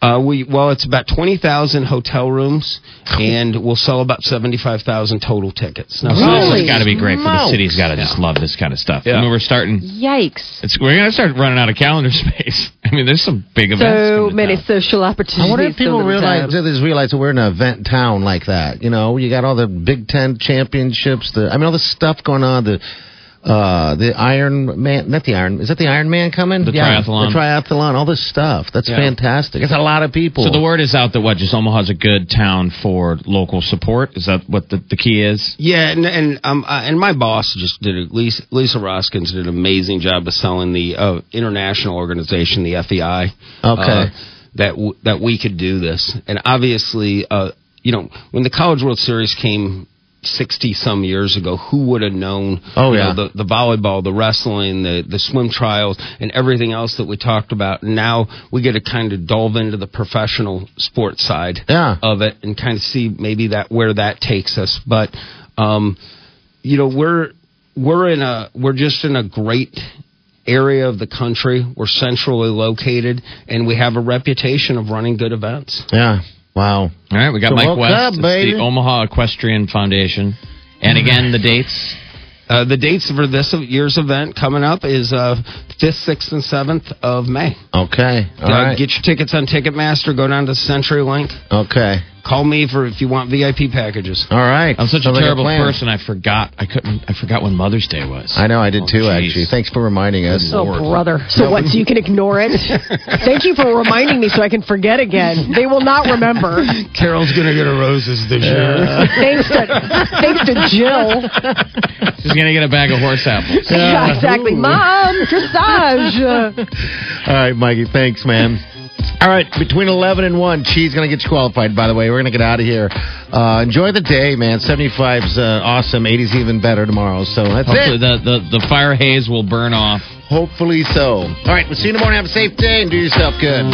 [SPEAKER 4] Uh, we well, it's about twenty thousand hotel rooms, and we'll sell about seventy-five thousand total tickets. Now,
[SPEAKER 3] So this
[SPEAKER 2] Holy
[SPEAKER 3] has got to be great for the
[SPEAKER 8] smokes.
[SPEAKER 3] city's got to just love this kind of stuff. I mean, we're starting.
[SPEAKER 2] yikes.
[SPEAKER 3] It's, we're gonna start running out of calendar space. I mean, there's some big events.
[SPEAKER 2] So
[SPEAKER 3] coming to
[SPEAKER 2] many
[SPEAKER 3] town.
[SPEAKER 2] social opportunities.
[SPEAKER 8] I wonder if people
[SPEAKER 2] over the
[SPEAKER 8] realize
[SPEAKER 2] time.
[SPEAKER 8] they just realize that we're in an event town like that. You know, you got all the Big Ten championships. The I mean, all the stuff going on. The uh, the Iron Man, not the Iron. Is that the Iron Man coming?
[SPEAKER 3] The triathlon.
[SPEAKER 8] The triathlon. All this stuff. That's fantastic. It's a lot of people.
[SPEAKER 3] So the word is out that what just Omaha's a good town for local support. Is that what the, the key is?
[SPEAKER 4] Yeah, and and um uh, and my boss just did a, Lisa, Lisa Roskins did an amazing job of selling the uh, international organization, the FEI.
[SPEAKER 8] Okay.
[SPEAKER 4] uh, that w- that we could do this, and obviously, uh, you know, when the College World Series came. 60 some years ago who would have known
[SPEAKER 8] Oh,
[SPEAKER 4] you know,
[SPEAKER 8] yeah.
[SPEAKER 4] the, the volleyball the wrestling the the swim trials and everything else that we talked about now we get to kind of delve into the professional sports side
[SPEAKER 8] Yeah.
[SPEAKER 4] of it and kind of see maybe that where that takes us but um you know we're we're in a we're just in a great
[SPEAKER 9] area of the country. We're centrally located, and we have a reputation of running good events.
[SPEAKER 4] Yeah. Wow.
[SPEAKER 3] All right, we got
[SPEAKER 4] So
[SPEAKER 3] Mike
[SPEAKER 4] woke
[SPEAKER 3] West,
[SPEAKER 4] up,
[SPEAKER 3] It's
[SPEAKER 4] baby.
[SPEAKER 3] the Omaha Equestrian Foundation, and again the dates.
[SPEAKER 9] Uh, the dates for this year's event coming up is uh, 5th, 6th, and 7th of May.
[SPEAKER 4] Okay. All
[SPEAKER 9] Uh,
[SPEAKER 4] right.
[SPEAKER 9] Get your tickets on Ticketmaster. Go down to CenturyLink.
[SPEAKER 4] Okay.
[SPEAKER 9] Call me for if you want VIP packages.
[SPEAKER 4] All right.
[SPEAKER 3] I'm such a
[SPEAKER 4] Sounds like
[SPEAKER 3] terrible
[SPEAKER 4] plan.
[SPEAKER 3] person. I forgot. I couldn't. I forgot when Mother's Day was.
[SPEAKER 4] I know. I
[SPEAKER 3] Oh,
[SPEAKER 4] did too.
[SPEAKER 3] jeez.
[SPEAKER 4] Actually, thanks for reminding us.
[SPEAKER 2] Oh, brother. So what? So you can ignore it? Thank you for reminding me so I can forget again. They will not remember.
[SPEAKER 9] Carol's going to get a roses this year.
[SPEAKER 2] Thanks to, thanks to Jill.
[SPEAKER 3] She's gonna get a bag of horse apples.
[SPEAKER 4] Uh,
[SPEAKER 2] Yeah, exactly. Mom, dressage.
[SPEAKER 4] All right, Mikey. Thanks, man. All right, between 11 and 1, Cheese going to get you qualified, by the way. We're going to get out of here. Uh, enjoy the day, man. 75's uh, awesome. 80's even better tomorrow. So that's
[SPEAKER 3] Hopefully
[SPEAKER 4] it.
[SPEAKER 3] the, the the fire haze will burn off.
[SPEAKER 4] Hopefully so. All right, we'll see you in the morning. Have a safe day and do yourself good.